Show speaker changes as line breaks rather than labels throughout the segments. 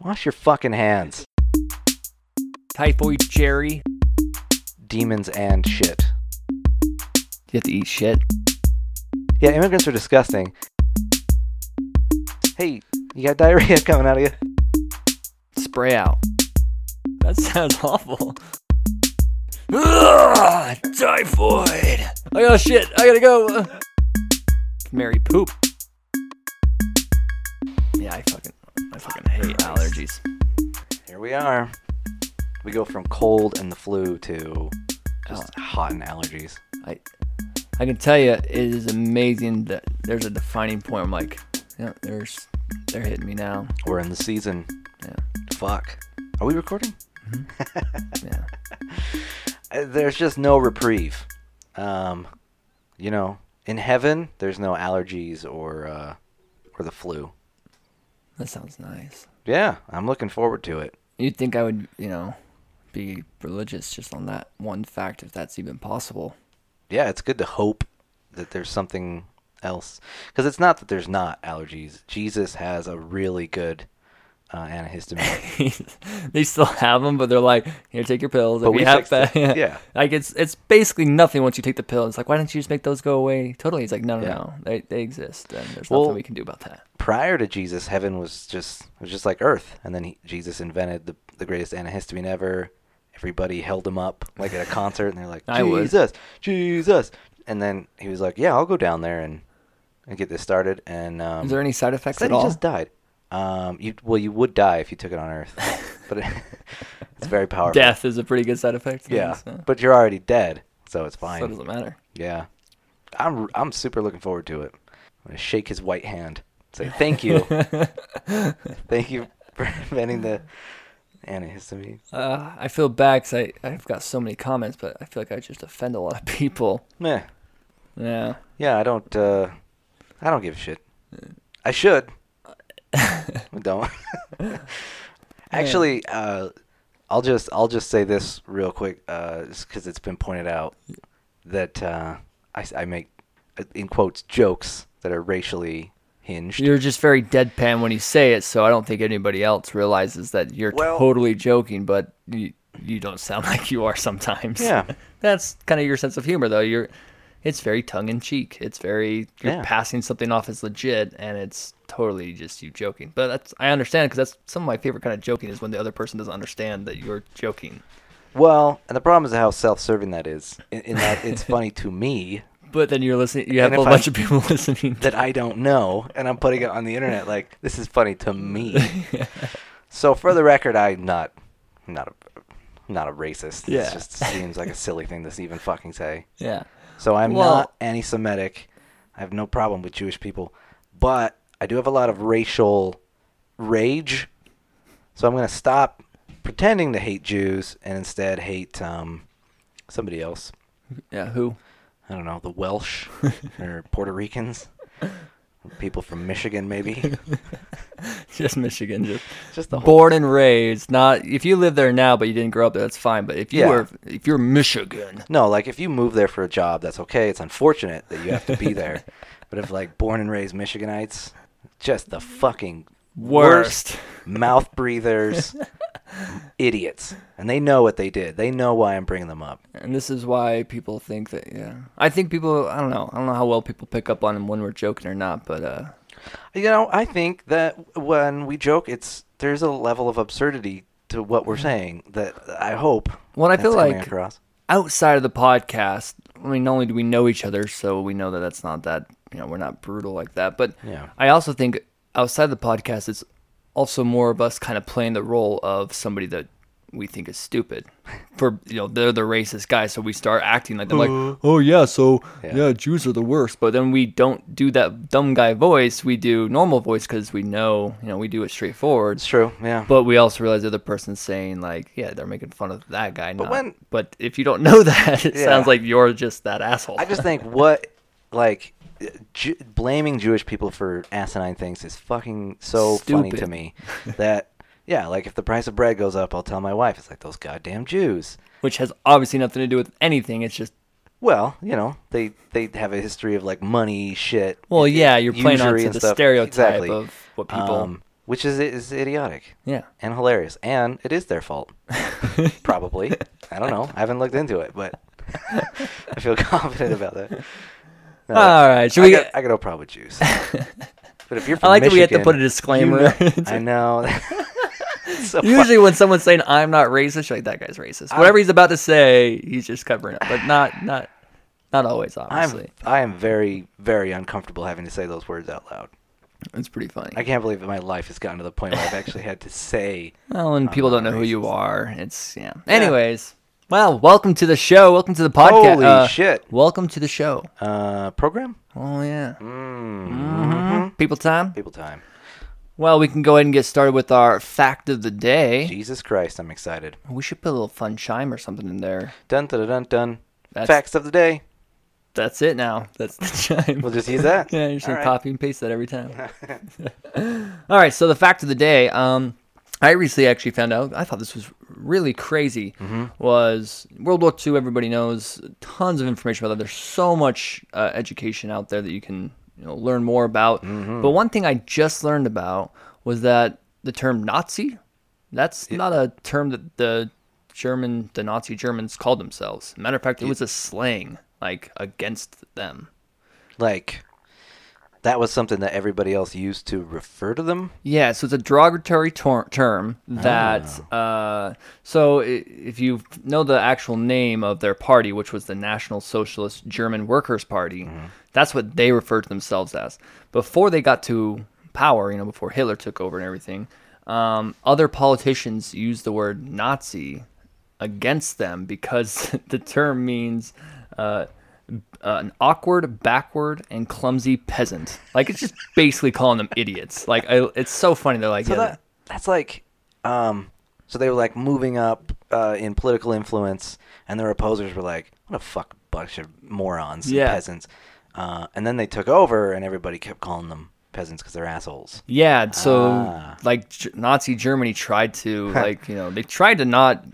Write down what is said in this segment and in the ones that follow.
Wash your fucking hands.
Typhoid Jerry.
Demons and shit.
You have to eat shit.
Yeah, immigrants are disgusting. Hey, you got diarrhea coming out of you.
Spray out. That sounds awful. Ugh, typhoid. I got shit. I gotta go. Mary poop. Yeah, I fucking, I fucking hate allergies.
Here we are. We go from cold and the flu to just hot and allergies.
I, I can tell you, it is amazing that there's a defining point. I'm like, yeah, there's, they're hitting me now.
We're in the season.
Yeah,
Fuck. Are we recording? Mm-hmm.
yeah.
Uh, There's just no reprieve. Um, you know, in heaven, there's no allergies or uh, or the flu.
That sounds nice.
Yeah, I'm looking forward to it.
You'd think I would, you know, be religious just on that one fact, if that's even possible.
yeah, it's good to hope that there's something else because it's not that there's not allergies. Jesus has a really good uh, antihistamine.
they still have them, but they're like, here, take your pills. If
we
you have
fixed it.
that, yeah.
Yeah.
Like it's it's basically nothing once you take the pill. It's like, why don't you just make those go away totally? It's like, no, no,
Yeah.
no, they they exist, and there's
Well-
nothing we can do about that.
Prior to Jesus, heaven was just it was just like Earth, and then he, Jesus invented the the greatest antihistamine ever. Everybody held him up like at a concert, and they're like,
I would.
"Jesus, Jesus!" And then he was like, "Yeah, I'll go down there and and get this started." And um,
Is there any side effects
said
at
he
all?
just died. Um, you well, you would die if you took it on Earth, but it, it's very powerful.
Death is a pretty good side effect. I
Yeah,
think, so.
but you're already dead, so it's
so
fine.
it doesn't matter.
yeah, I'm I'm super looking forward to it. I'm gonna shake his white hand, say thank you, thank you for inventing the antihistamine.
Uh, I feel bad 'cause I I've got so many comments, but I feel like I just offend a lot of people.
Meh.
Yeah.
Yeah, I don't. Uh, I don't give a shit. I should. I don't. Actually, uh, I'll just I'll just say this real quick, because it's been pointed out that uh, I, s- I make uh, in quotes jokes that are racially hinged.
You're just very deadpan when you say it, so I don't think anybody else realizes that you're
Well-
totally joking, but you, you don't sound like you are sometimes.
Yeah.
That's kind of your sense of humor though. You're it's very tongue in cheek. It's very you're
Yeah.
passing something off as legit and it's totally just you joking. But that's I understand because that's some of my favorite kind of joking is when the other person doesn't understand that you're joking.
Well, and the problem is how self-serving that is. In, in that it's funny to me
But then you're listening you have a
if
whole
I-
bunch of people listening.
that I don't know, and I'm putting it on the internet. Like this is funny to me. so for the record, I'm not, not a, not a racist.
Yeah.
It just seems like a silly thing to even fucking say.
yeah.
So I'm
Well-
not anti-Semitic. I have no problem with Jewish people, but I do have a lot of racial rage. So I'm gonna stop pretending to hate Jews and instead hate um, somebody else.
Yeah, who?
I don't know, the Welsh or Puerto Ricans, or people from Michigan, maybe.
Just Michigan just
Just the whole.
born and raised not if you live there now but you didn't grow up there that's fine but if you
Yeah.
were if you're michigan
No, like if you move there for a job, that's okay. It's unfortunate that you have to be there. but if like born and raised Michiganites, just the fucking
worst,
mouth breathers, idiots, and they know what they did. They know why I'm bringing them up.
and this is why people think that yeah i think people i don't know i don't know how well people pick up on when we're joking or not but uh
You know, I think that when we joke, it's there's a level of absurdity to what we're saying that I hope.
What I
that's
feel
coming
like-
across.
outside of the podcast i mean not only do we know each other so we know that that's not that you know we're not brutal like that but
Yeah.
i also think outside the podcast it's also more of us kind of playing the role of somebody that we think is stupid for you know they're the racist guy so we start acting like them like oh yeah so
Yeah.
yeah. jews are the worst but then we don't do that dumb guy voice we do normal voice because we know you know we do it straightforward
It's true. Yeah.
but we also realize the other person's saying like, yeah, they're making fun of that guy. But
when-
but if you don't know that, it
Yeah.
sounds like you're just that asshole.
I just think what, like, Ju- blaming Jewish people for asinine things is fucking so funny to
Stupid.
me. That yeah, like if the price of bread goes up, I'll tell my wife. It's like those goddamn Jews.
which has obviously nothing to do with anything. It's just
Well, you know, they they have a history of like money shit.
well,
it-
yeah, you're playing
usury
onto
and
the
stuff.
stereotype
Exactly.
of what people.
Um, which is is idiotic
Yeah.
and hilarious, and it is their fault. Probably. I don't know. I haven't looked into it, but I feel confident about that. No,
All right, should
I
we-
Got, I got no problem with juice. But if you're from
I like that we have to
Michigan,
put a disclaimer.
you know- I know. It's so funny.
Usually, when someone's saying "I'm not racist," you're like that guy's racist. Whatever he's about to say, he's just covering up. But not, not, not always.
I'm
Obviously,
I am very very uncomfortable having to say those words out loud.
it's pretty funny.
I can't believe that my life has gotten to the point where I've actually had to say
well, and people
not
don't know who you are. It's yeah. Anyways, well, welcome to the show. Welcome to the podcast.
Holy
Uh,
shit.
Welcome to the show.
uh program?
Oh yeah.
Mm-hmm.
People time.
People time.
Well, we can go ahead and get started with our fact of the day.
Jesus Christ, I'm excited.
We should put a little fun chime or something in there.
Dun dun dun dun.
That's-
Facts of the day.
That's it now. That's the chime.
We'll just use that.
yeah, you should
All right.
copy and paste that every time. All right, so the fact of the day, um, I recently actually found out. I thought this was really crazy.
Mm-hmm.
Was World War II? Everybody knows tons of information about that. There's so much uh, education out there that you can you know, learn more about.
Mm-hmm.
But one thing I just learned about was that the term Nazi, that's not a term that the German, the Nazi Germans called themselves. Matter of fact, it was a slang like against them.
Like that was something that everybody else used to refer to them.
Yeah, so it's a derogatory tor- term that.
Ah.
Uh, so i- if you know the actual name of their party, which was the National Socialist German Workers' Party,
Mm-hmm.
that's what they referred to themselves as. Before they got to power, you know, before Hitler took over and everything, um, other politicians used the word Nazi against them because the term means. Uh, an awkward, backward, and clumsy peasant. Like it's just basically calling them idiots. Like I, it's so funny. They're like,
So
yeah,
that that's like um so they were like moving up uh, in political influence and their opposers were like, What a fuck bunch of morons and
Yeah.
peasants. Uh, and then they took over and everybody kept calling them peasants because they're assholes.
yeah. So
Ah.
like G- Nazi Germany tried to like you know they tried to not.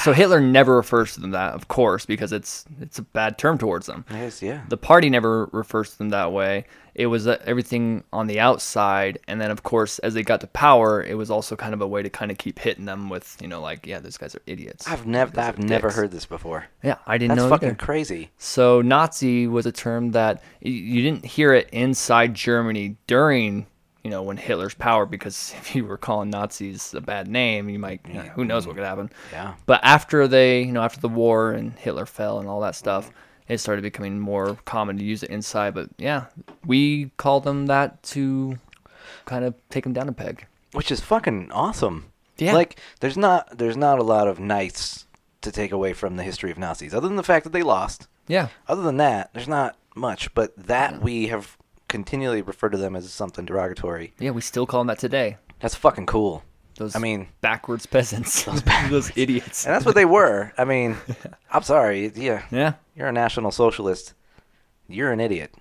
So Hitler never refers to them that, of course, because it's it's a bad term towards them.
I guess, yeah.
The party never refers to them that way. It was uh, everything on the outside, and then of course, as they got to power, it was also kind of a way to kind of keep hitting them with, you know, like, yeah, those guys are idiots.
I've never
Those are
I've never
dicks.
heard this before.
Yeah, I didn't
That's
know.
fucking
either.
crazy.
So Nazi was a term that y- you didn't hear it inside Germany during, you know, when Hitler's power, because if you were calling Nazis a bad name, you might, you know, who knows what could happen.
Mm-hmm. Yeah.
But after they, you know, after the war and Hitler fell and all that stuff,
Mm-hmm.
it started becoming more common to use it inside. But yeah, we call them that to kind of take them down a peg.
which is fucking awesome.
Yeah.
Like there's not there's not a lot of nice to take away from the history of Nazis, other than the fact that they lost.
Yeah.
Other than that, there's not much. But that we have continually referred to them as something derogatory.
Yeah, we still call them that today.
That's fucking cool.
Those
I mean,
backwards peasants. Those, idiots.
and that's what they were. I mean, I'm sorry. Yeah,
Yeah.
you're a national socialist. You're an idiot.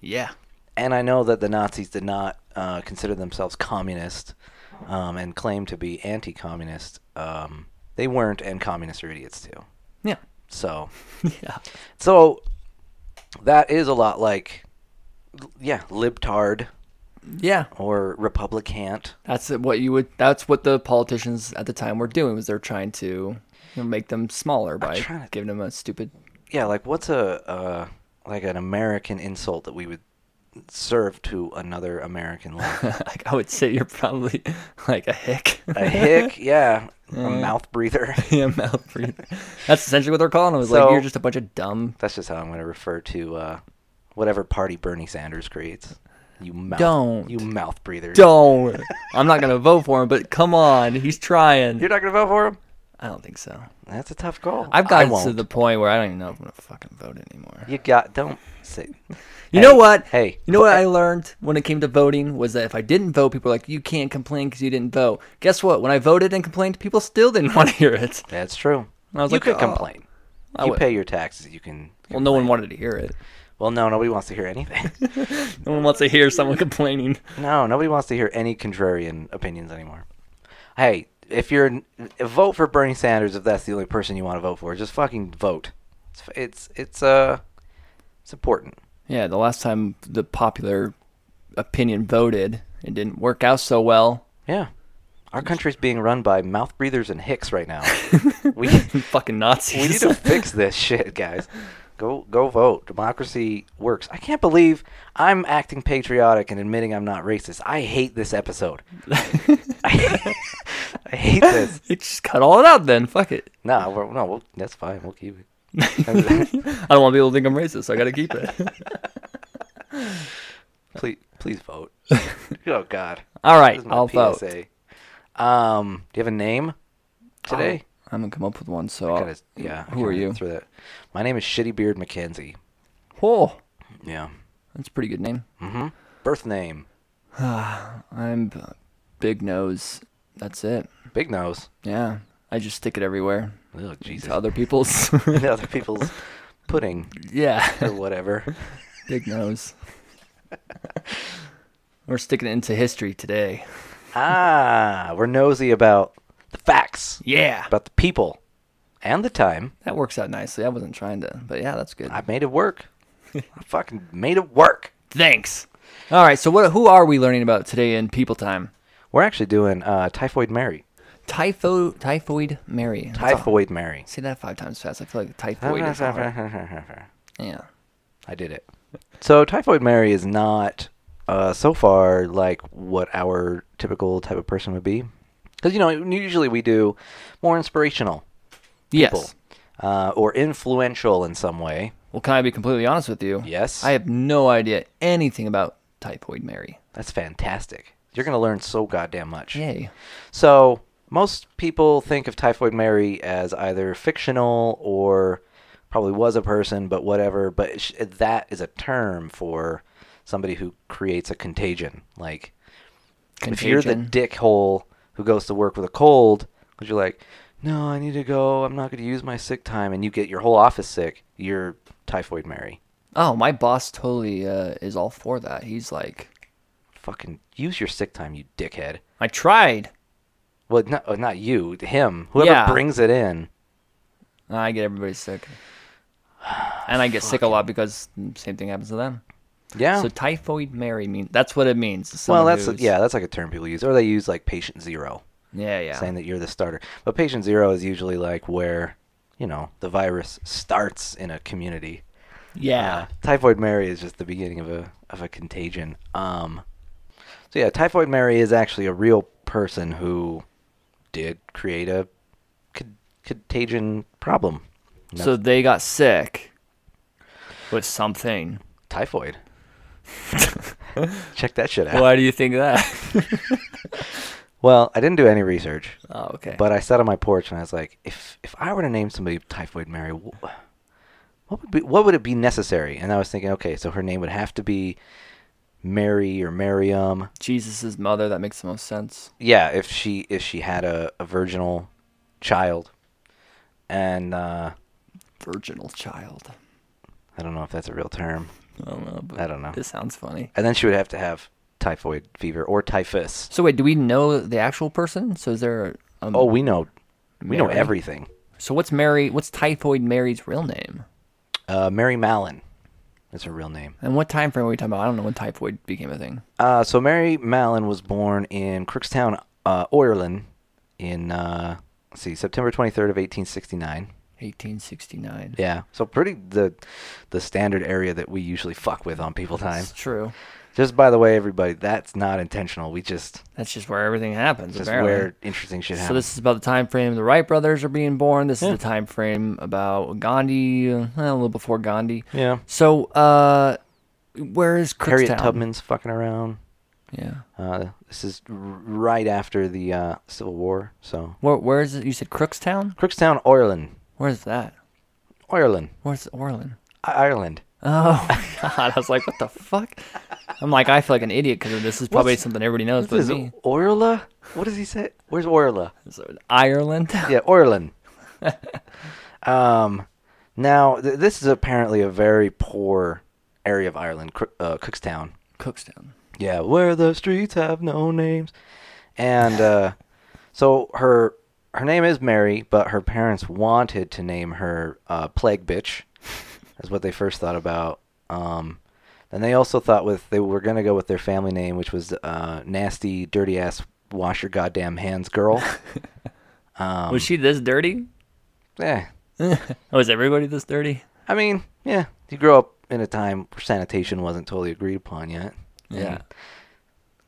Yeah.
And I know that the Nazis did not uh, consider themselves communist um, and claim to be anti-communist. Um, they weren't, and communists are idiots too.
Yeah.
So,
Yeah.
so that is a lot like, yeah, libtard
Yeah.
or republicant.
That's what you would. That's what the politicians at the time were doing. Was they're trying to you know, make them smaller by
trying to-
giving them a stupid.
Yeah, like what's a uh, like an American insult that we would serve to another American? Like
like I would say, you're probably like a hick.
a hick, yeah, a
Mm.
mouth breather.
Yeah, mouth breather. That's essentially what they're calling them. Is
So-
like you're just a bunch of dumb,
That's just how I'm going to refer to uh, whatever party Bernie Sanders creates. You mouth,
Don't.
you mouth breather.
don't. I'm not gonna vote for him, but come on, he's trying.
You're not going to vote for him.
I don't think so.
That's a tough call.
I've
I
gotten
won't.
to the point where I don't even know if I'm gonna fucking vote anymore.
You got don't say.
You
Hey,
know what?
Hey,
You know what I learned when it came to voting was that if I didn't vote, people were like, "You can't complain because you didn't vote." Guess what? When I voted and complained, people still didn't want to hear it.
That's true.
I was
you
like,
could
"Oh,
complain.
I
you
would."
pay your taxes. You can.
Well, no one wanted to hear it.
Well, no, nobody wants to hear anything.
No one wants to hear someone complaining.
no, nobody wants to hear any contrarian opinions anymore. Hey, if you're vote for Bernie Sanders, if that's the only person you want to vote for, just fucking vote. It's it's it's uh it's important.
Yeah, the last time the popular opinion voted, it didn't work out so well.
Yeah. Our country's being run by mouth breathers and hicks right now. we
fucking Nazis.
we need to fix this shit, guys. Go go vote. Democracy works. I can't believe I'm acting patriotic and admitting I'm not racist. I hate this episode. I, I hate this.
You just cut all it out then. Fuck it.
No, we're, no, we'll, that's fine. We'll keep it.
I don't want people to think I'm racist, so I gotta keep it.
Please please vote. oh God.
All right,
This is my
I'll vote.
PSA. Um, do you have a name today?
I haven't come up with one, so I'll-
Kinda- yeah. I
Oh, Who are
kinda
you?
Through that. My name is Shitty Beard McKenzie.
Whoa,
Yeah.
that's a pretty good name.
Mm-hmm. Birth name.
I'm b- Big Nose. That's it.
Big nose.
Yeah, I just stick it everywhere.
Oh Jesus.
To other people's.
And other people's pudding or
yeah,
whatever.
Big Nose. We're sticking it into history today.
ah, we're nosy about the facts,
Yeah,
about the people, and the time.
that works out nicely. I wasn't trying to, but yeah, that's good.
I made it work. I fucking made it work.
Thanks. All right, so what? Who are we learning about today in People Time?
We're actually doing uh, Typhoid Mary.
Typho, typhoid Mary. That's all-
Typhoid Mary.
Say that five times fast. I feel like typhoid is hard.
I
Yeah.
did it. So Typhoid Mary is not uh, so far like what our typical type of person would be. Because, you know, usually we do more inspirational people
Yes.
uh, or influential in some way.
Well, can I be completely honest with you?
Yes.
I have no idea anything about typhoid Mary.
That's fantastic. You're going to learn so goddamn much.
Yay.
So, most people think of Typhoid Mary as either fictional or probably was a person, but whatever. But sh- that is a term for somebody who creates a contagion. Like, if you're the
Contagion.
dickhole who goes to work with a cold, because you're like, no, I need to go. I'm not going to use my sick time. And you get your whole office sick, you're Typhoid Mary.
Oh, my boss totally uh, is all for that. He's like,
Fucking use your sick time, you dickhead.
I tried.
Well, not, uh, not you, him. Whoever
Yeah.
brings it in.
I get everybody sick. And I get sick a lot because same thing happens to them.
Yeah.
So typhoid Mary means that's what it means. to
well,
someone
that's
who's-
yeah, that's like a term people use, or they use like patient zero,
yeah, yeah.
saying that you're the starter. But patient zero is usually like where, you know, the virus starts in a community.
yeah.
Uh, typhoid Mary is just the beginning of a of a contagion. Um, so yeah, typhoid Mary is actually a real person who did create a con- contagion problem. And
So
that's
they got sick with something.
typhoid. Check that shit out.
Why do you think that?
Well, I didn't do any research.
oh, okay.
But I sat on my porch and I was like, if if I were to name somebody Typhoid Mary, wh- what would be what would it be necessary? And I was thinking, okay, so her name would have to be Mary or Miriam.
Jesus' mother, that makes the most sense.
Yeah, if she if she had a, a virginal child, and uh,
Virginal child.
I don't know if that's a real term.
I don't know. But
I don't know.
This sounds funny.
And then she would have to have typhoid fever or typhus.
So wait, do we know the actual person? So is there? A, um,
Oh, we know, we know
Mary.
everything.
So what's Mary? What's Typhoid Mary's real name?
Uh, Mary Mallon is her real name.
And what time frame are we talking about? I don't know when typhoid became a thing.
Uh, so Mary Mallon was born in Crookstown, uh, Ireland, in uh, let's see September 23rd of 1869.
1869.
Yeah, so pretty the the standard area that we usually fuck with on people time.
That's true.
Just by the way, everybody, that's not intentional. We just
That's just where everything happens.
just
apparently.
where interesting shit happens.
So this is about the time frame the Wright brothers are being born. This is the time frame about Gandhi, uh, a little before Gandhi.
yeah,
So, uh, where is Crookstown?
Harriet Tubman's fucking around.
Yeah.
Uh, this is r- right after the uh, Civil War, so
Where, where is it? You said Crookstown?
Crookstown, Ireland,
Where's that?
Ireland,
Where's Orland?
I- Ireland.
Oh, God. I was like, what the fuck? I'm like, I feel like an idiot because this is probably
What's-
something everybody knows
This
but
is
me.
Orla. What does he say? Where's Orla?
So, Ireland?
yeah, Orlin. um, now th- this is apparently a very poor area of Ireland, Cro- uh, Cookstown.
Cookstown.
Yeah, where the streets have no names, and uh, so her her name is Mary, but her parents wanted to name her uh, Plague Bitch, is what they first thought about. Um, and they also thought with they were gonna go with their family name, which was uh, Nasty Dirty Ass wash your goddamn hands, girl. Um,
was she this dirty?
yeah.
Was everybody this dirty?
I mean, yeah. You grow up in a time where sanitation wasn't totally agreed upon yet.
Yeah.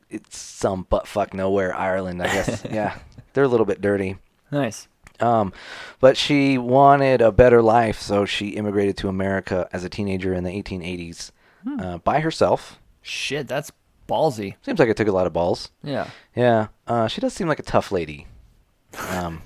It's some butt fuck nowhere Ireland, I guess. yeah. They're a little bit dirty.
Nice.
Um, but she wanted a better life, so she immigrated to America as a teenager in the 1880s
Hmm.
uh, by herself.
Shit, that's ballsy.
Seems like it took a lot of balls.
Yeah.
Yeah, uh, she does seem like a tough lady. Um,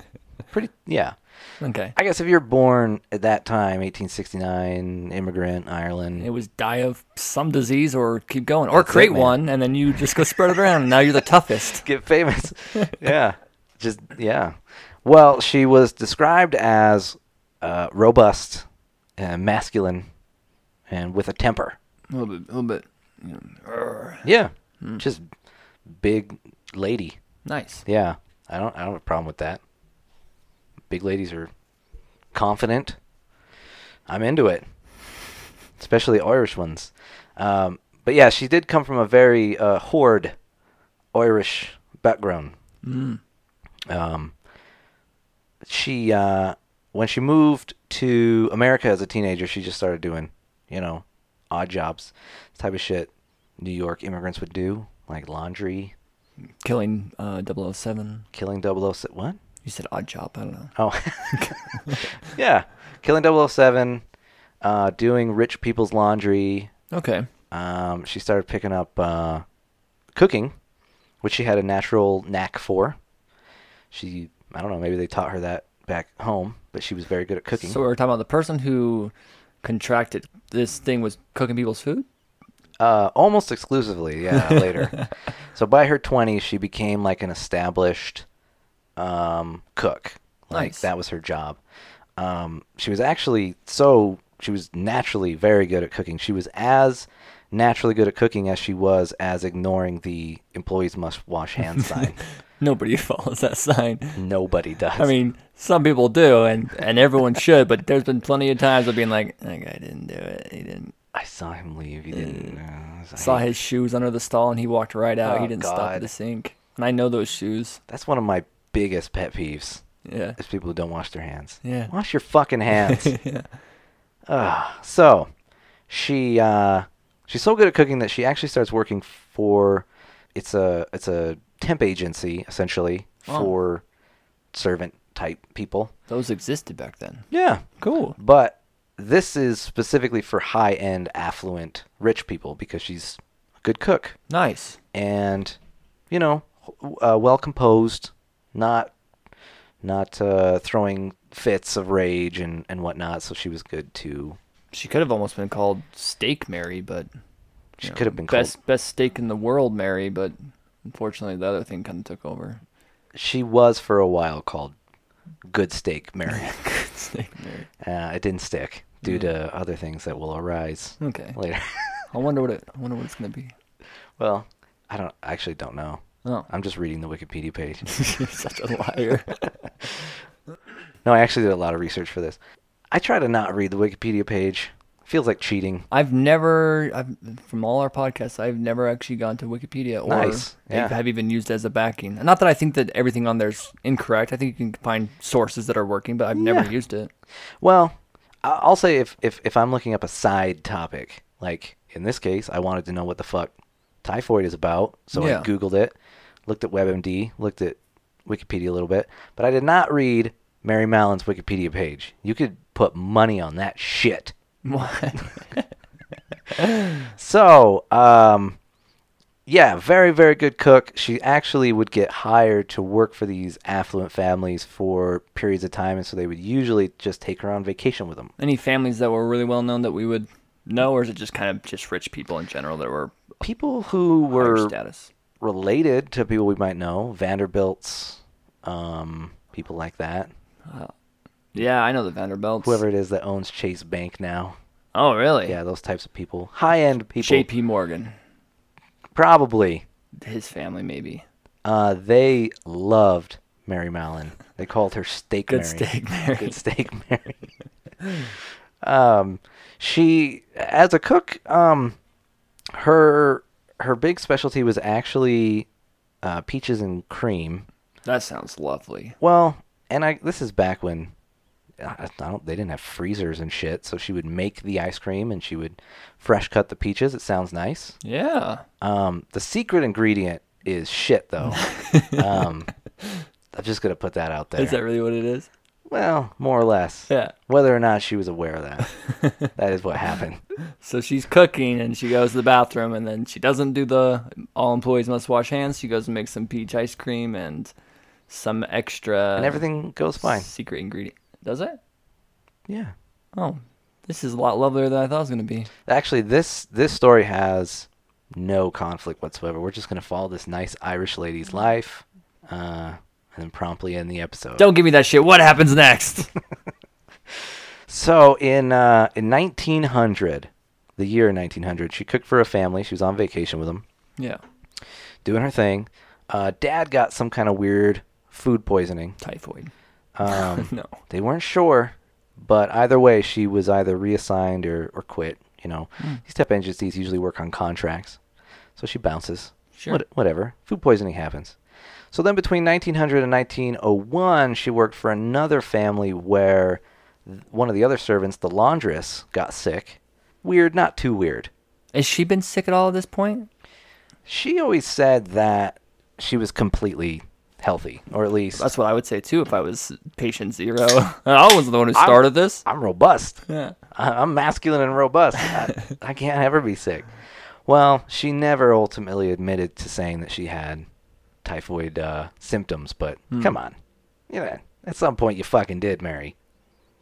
pretty, yeah.
Okay.
I guess if you're born at that time, 1869, immigrant Ireland,
It was die of some disease or keep going or create
man.
one and then you just go spread it around and now you're the toughest.
get famous. yeah, just yeah. Well, she was described as uh, robust, uh, masculine, and with a temper.
A little bit, a little bit.
Yeah, just big lady.
Nice.
Yeah, I don't. I don't have a problem with that. Big ladies are confident. I'm into it, especially Irish ones. Um, but yeah, she did come from a very uh, hoard Irish background. Um, she uh, when she moved to America as a teenager, she just started doing, you know, odd jobs, this type of shit New York immigrants would do, like laundry,
Killing uh, 007.
killing 007. What?
You said odd job. I don't know.
Oh, yeah. Killing 007, uh, doing rich people's laundry.
Okay.
Um, she started picking up uh, cooking, which she had a natural knack for. She, I don't know, maybe they taught her that back home, but she was very good at cooking.
So we were talking about the person who contracted this thing was cooking people's food.
Uh, almost exclusively, yeah, later. So by her 20s, she became like an established um, cook. Like
Nice.
that was her job. Um, she was actually so, she was naturally very good at cooking. She was as naturally good at cooking as she was as ignoring the employees must wash hands sign.
Nobody follows that sign.
Nobody does.
I mean, some people do, and, and everyone should, but there's been plenty of times of being like, that guy didn't do it. He didn't.
I saw him leave. He didn't. uh, I
mm. Saw
hate-
his shoes under the stall and he walked right out.
Oh,
he didn't stop
God.
at the sink. And I know those shoes.
That's one of my biggest pet peeves
Yeah.
is people who don't wash their hands.
Yeah.
Wash your fucking hands.
yeah.
So, she uh, she's so good at cooking that she actually starts working for it's a it's a temp agency essentially
Wow.
for servant type people.
Those existed back then.
Yeah,
Cool.
but this is specifically for high end, affluent, rich people because she's a good cook
Nice. and
and you know w- uh, well composed, not not uh, throwing fits of rage and and whatnot. So she was good to
She could have almost been called Steak Mary, but
she
know,
could have been called
best best steak in the world, Mary. But unfortunately, the other thing kind of took over.
she was for a while called Good Steak Mary.
steak Mary.
uh, it didn't stick due to other things that will arise
Okay.
later.
I wonder what it. I wonder what it's gonna be.
well, I don't I actually don't know.
Oh,
I'm just reading the Wikipedia page.
you're such a liar.
no, I actually did a lot of research for this. I try to not read the Wikipedia page. Feels like cheating.
I've never, I've, from all our podcasts, I've never actually gone to Wikipedia or
Nice, yeah.
have, have even used it as a backing. Not that I think that everything on there's incorrect. I think you can find sources that are working, but I've never
Yeah.
used it.
Well, I- I'll say if, if if I'm looking up a side topic, like in this case, I wanted to know what the fuck typhoid is about, so
Yeah.
I googled it, looked at WebMD, looked at Wikipedia a little bit, but I did not read Mary Mallon's Wikipedia page. You could put money on that shit. So, um, yeah, very, very good cook. She actually would get hired to work for these affluent families for periods of time, and so they would usually just take her on vacation with them.
Any families that were really well known that we would know, or is it just kind of just rich people in general that were
People who
higher
were
status?
related to people we might know, Vanderbilts, um, people like that.
Yeah, I know the Vanderbilts.
Whoever it is that owns Chase Bank now.
Oh, really?
Yeah, those types of people. High end people.
J.P. Morgan,
Probably.
his family, maybe.
Uh, they loved Mary Mallon. They called her Steak
Good
Mary.
steak, Mary.
Good Steak Mary. um, she, as a cook, um, her her big specialty was actually uh, peaches and cream.
That sounds lovely.
Well, and I this is back when I I don't they didn't have freezers and shit, so she would make the ice cream and she would fresh cut the peaches. It sounds nice.
Yeah.
Um, the secret ingredient is shit though. um, I'm just gonna put that out there.
Is that really what it is?
well, more or less.
Yeah.
Whether or not she was aware of that, that is what happened.
So she's cooking and she goes to the bathroom and then she doesn't do the all employees must wash hands. She goes and makes some peach ice cream and some extra
And everything goes fine.
secret ingredient. Does it?
Yeah.
Oh, this is a lot lovelier than I thought it was going to be.
Actually, this this story has no conflict whatsoever. We're just gonna follow this nice Irish lady's life, uh, and then promptly end the episode.
Don't give me that shit. What happens next?
So in uh, in 1900, the year 1900, she cooked for a family. She was on vacation with them,
yeah.
doing her thing. Uh, Dad got some kind of weird food poisoning.
Typhoid.
Um,
No.
they weren't sure, but either way, she was either reassigned or, or quit. You know, these type of agencies usually work on contracts, so she bounces.
Sure.
whatever. Food poisoning happens. So then, between 1900 and 1901, she worked for another family where th- one of the other servants, the laundress, got sick. Weird, not too weird.
Has she been sick at all at this point?
She always said that she was completely healthy, or at least
That's what I would say too if I was patient zero. I was the one who started this.
I'm robust.
Yeah.
I- I'm masculine and robust. I, I can't ever be sick. Well, she never ultimately admitted to saying that she had typhoid uh, symptoms, but come on. You know, at some point you fucking did, Mary.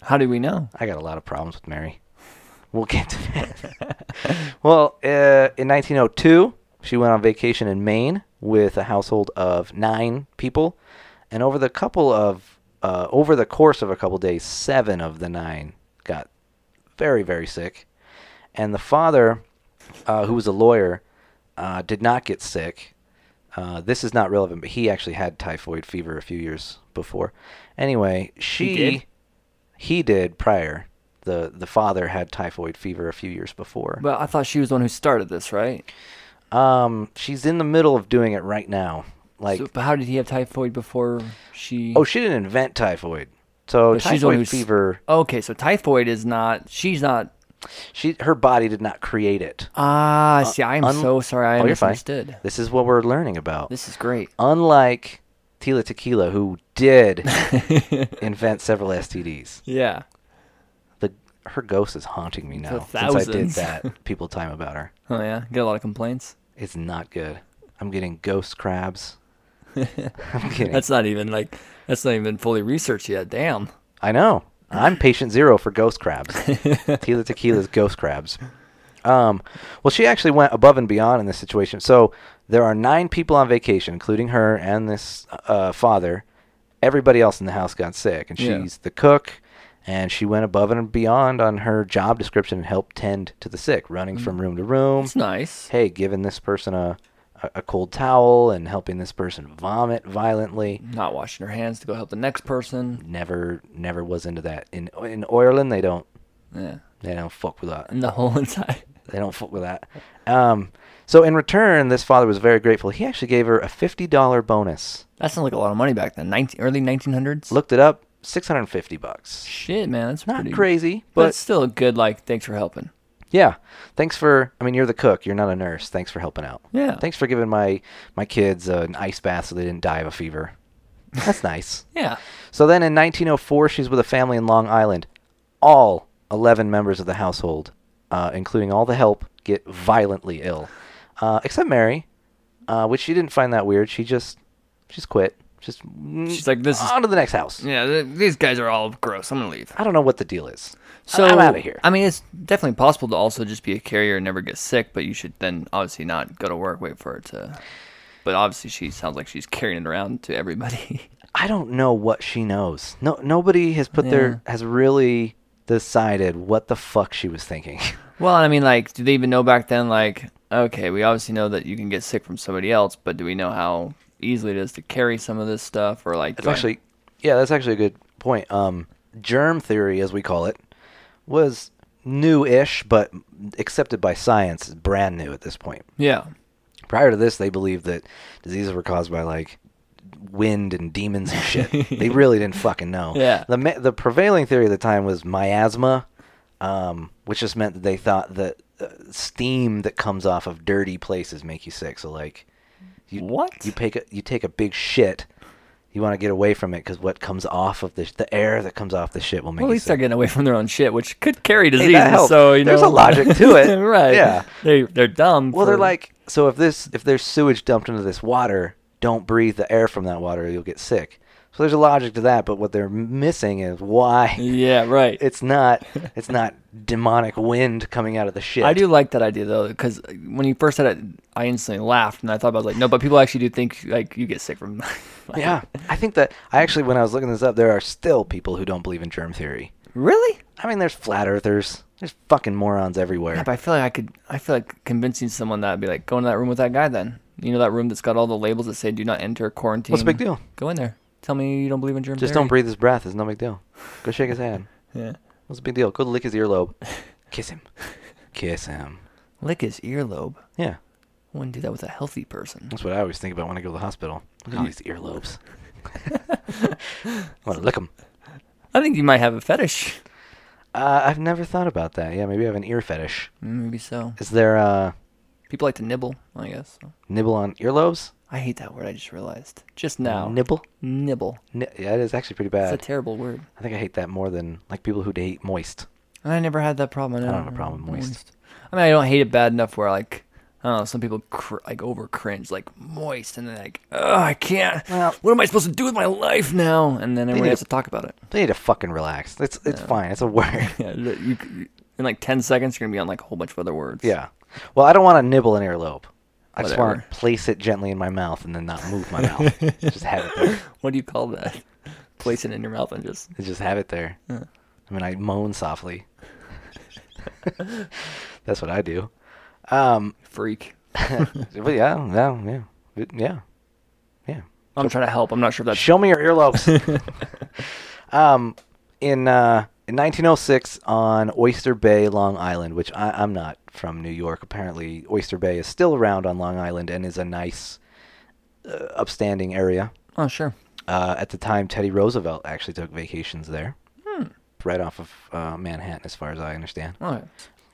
How do we know?
I got a lot of problems with Mary. We'll get to that. well, uh, in 1902, she went on vacation in Maine with a household of nine people, and over the couple of uh, over the course of a couple days, seven of the nine got very very sick, and the father, uh, who was a lawyer, uh, did not get sick. Uh, this is not relevant, but he actually had typhoid fever a few years before. Anyway, she
did?
he did prior. The the father had typhoid fever a few years before.
Well, I thought she was the one who started this, right?
Um she's in the middle of doing it right now. Like
So- but how did he have typhoid before she?
oh she didn't invent typhoid. So
But she's the one
typhoid
who's-
fever
okay, so typhoid is not. She's not.
she her body did not create it.
Ah, see, I am
un-
so sorry. I
Oh, you're fine.
misunderstood.
This is what we're learning about.
This is great.
Unlike Tila Tequila who did invent several STDs.
Yeah.
The her ghost is haunting me now. Since I did
thousands.
that people time about her.
Oh yeah. Get a lot of complaints.
It's not good. I'm getting ghost crabs. I'm getting
That's not even like. That's not even fully researched yet. Damn.
I know. I'm patient zero for ghost crabs. Tila Tequila's ghost crabs. Um, well, she actually went above and beyond in this situation. So there are nine people on vacation, including her and this uh, father. Everybody else in the house got sick, and she's
Yeah.
the cook. And she went above and beyond on her job description and helped tend to the sick, running from room to room.
It's Mm. nice.
Hey, giving this person a, a, a cold towel and helping this person vomit violently
Not washing her hands to go help the next person.
never never was into that in in Ireland they don't
Yeah.
they don't fuck with that
And the whole entire.
they don't fuck with that um so in return this father was very grateful he actually gave her a $50 bonus
That sounds like a lot of money back then. 19, early 1900s.
looked it up 650 bucks
Shit, man. That's
not
pretty,
crazy
but
but
it's still a good. Like, thanks for helping.
yeah thanks for I mean you're the cook you're not a nurse thanks for helping out
Yeah.
thanks for giving my my kids uh, an ice bath so they didn't die of a fever that's nice
Yeah.
So then in 1904, she's with a family in Long Island. All 11 members of the household, uh, including all the help, get violently ill. Uh, except Mary, uh, which she didn't find that weird. She just, she's quit. Just, mm,
She's like, this is-
On to the next house.
Yeah, th- these guys are all gross. I'm gonna leave.
I don't know what the deal is.
So
I'm out of here.
I mean, it's definitely possible to also just be a carrier and never get sick, but you should then obviously not go to work, wait for it to. But obviously, she sounds like she's carrying it around to everybody.
I don't know what she knows. No, nobody has put their, has really decided what the fuck she was thinking.
well, I mean, like, do they even know back then? Like, okay, we obviously know that you can get sick from somebody else, but do we know how easily it is to carry some of this stuff, or like,
That's
do I-
actually, yeah, that's actually a good point. Um, germ theory, as we call it, was new-ish, but accepted by science, is brand new at this point.
yeah,
Prior to this, they believed that diseases were caused by like wind and demons and shit. they really didn't fucking know.
Yeah.
The ma- the prevailing theory at the time was miasma, um, which just meant that they thought that uh, steam that comes off of dirty places make you sick. So like, you,
What?
you take a you take a big shit. You want to get away from it because what comes off of the sh- the air that comes off the shit will make
Well, at
you
least they're
sick.
getting away from their own shit, which could carry
that
disease.
helps.
so you
There's
know,
a logic to it.
right?
Yeah.
they they're dumb.
Well, they're
for-
like so if this if there's sewage dumped into this water, don't breathe the air from that water, you'll get sick. So there's a logic to that, but what they're missing is why
yeah, right.
it's not it's not demonic wind coming out of the shit.
I do like that idea though, because when you first said it, I instantly laughed, and I thought about it, like, no, but people actually do think like you get sick from. like-
Yeah, I think that I actually when I was looking this up, there are still people who don't believe in germ theory.
Really?
I mean, there's flat earthers. There's fucking morons everywhere.
Yeah, but I feel like I could. I feel like convincing someone that would be like, go in that room with that guy. Then you know that room that's got all the labels that say "do not enter," quarantine.
What's the big deal?
Go in there. Tell me you don't believe in germ
Just
theory.
don't breathe his breath. It's no big deal. Go shake his hand.
Yeah.
What's the big deal? Go lick his earlobe. Kiss him. Kiss him.
Lick his earlobe.
Yeah.
Wouldn't do that with a healthy person.
That's what I always think about when I go to the hospital. Look at
Oh.
these earlobes. I want to lick them.
I think you might have a fetish.
Uh, I've never thought about that. Yeah, maybe I have an ear fetish.
Mm, Maybe so.
Is there uh,
People like to nibble, I guess.
nibble on earlobes?
I hate that word. I just realized. Just now.
Nibble?
Nibble.
Ni- yeah, it is actually pretty
It's a
bad.
terrible word.
I think I hate that more than like people who hate moist.
And I never had that problem.
I don't have a problem with
moist.
moist.
I mean, I don't hate it bad enough where like. I don't know. Some people cr- like over cringe, like moist, and they're like, "Oh, I can't.
Well-
what am I supposed to do with my life now?" And then everyone
need
has
to-
to talk about it.
They need to fucking relax. It's it's
Yeah.
fine. It's a word.
Yeah, you- you- in like ten seconds, you're gonna be on like a whole bunch of other words.
yeah. Well, I don't want to nibble an earlobe. I just want
Whatever.
to place it gently in my mouth and then not move my mouth. just have it there.
What do you call that? Place it in your mouth and just.
Just have it there.
Yeah.
I mean, I moan softly. That's what I do. Um,
freak.
but yeah, no, yeah, But yeah, yeah.
I'm trying to help. I'm not sure if that's
Show me your earlobes. um, in uh, in 1906 on Oyster Bay, Long Island, which I, I'm not from New York. Apparently, Oyster Bay is still around on Long Island and is a nice, uh, upstanding area.
Oh, sure.
Uh, at the time, Teddy Roosevelt actually took vacations there, right off of uh, Manhattan, as far as I understand.
All right.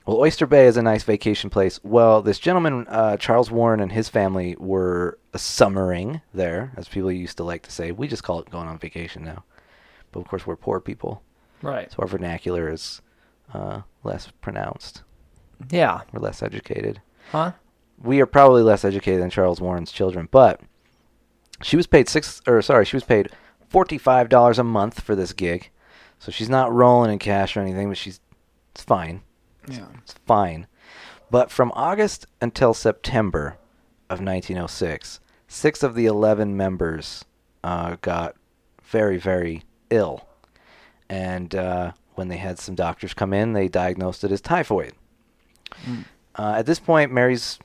Well, Oyster Bay is a nice vacation place. Well, this gentleman, uh, Charles Warren, and his family were summering there, as people used to like to say. We just call it going on vacation now. But of course, we're poor people,
Right.
so our vernacular is uh, less pronounced.
Yeah.
We're less educated.
Huh?
We are probably less educated than Charles Warren's children, but she was paid six, or sorry, she was paid forty-five dollars a month for this gig, so she's not rolling in cash or anything, but she's it's fine.
Yeah.
It's fine. But from August until September of 1906, six of the 11 members uh, got very, very ill. And uh, when they had some doctors come in, they diagnosed it as typhoid. Uh, at this point, Mary's,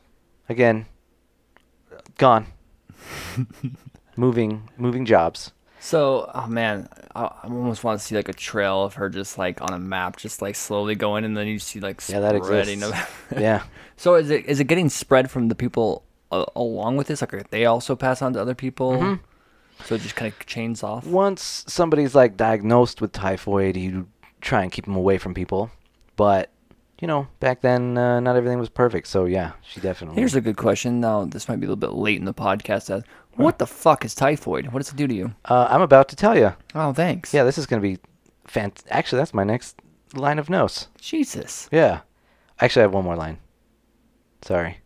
again, gone. moving, moving jobs.
So, oh man, I, I almost want to see like a trail of her just like on a map, just like slowly going, and then you see like
Yeah, that
spreading
exists.
of-
yeah.
so is it is it getting spread from the people uh, along with this? Like, are they also pass on to other people? So it just kind of chains off.
once somebody's like diagnosed with typhoid, you try and keep them away from people. But you know, back then, uh, not everything was perfect. So yeah, she definitely.
Here's a good question. Now, this might be a little bit late in the podcast. As what the fuck is typhoid? What does it do to you?
uh, I'm about to tell you.
Oh, thanks.
Yeah, this is gonna be fant. Actually, that's my next line of notes.
Jesus.
Yeah. Actually, I have one more line. Sorry.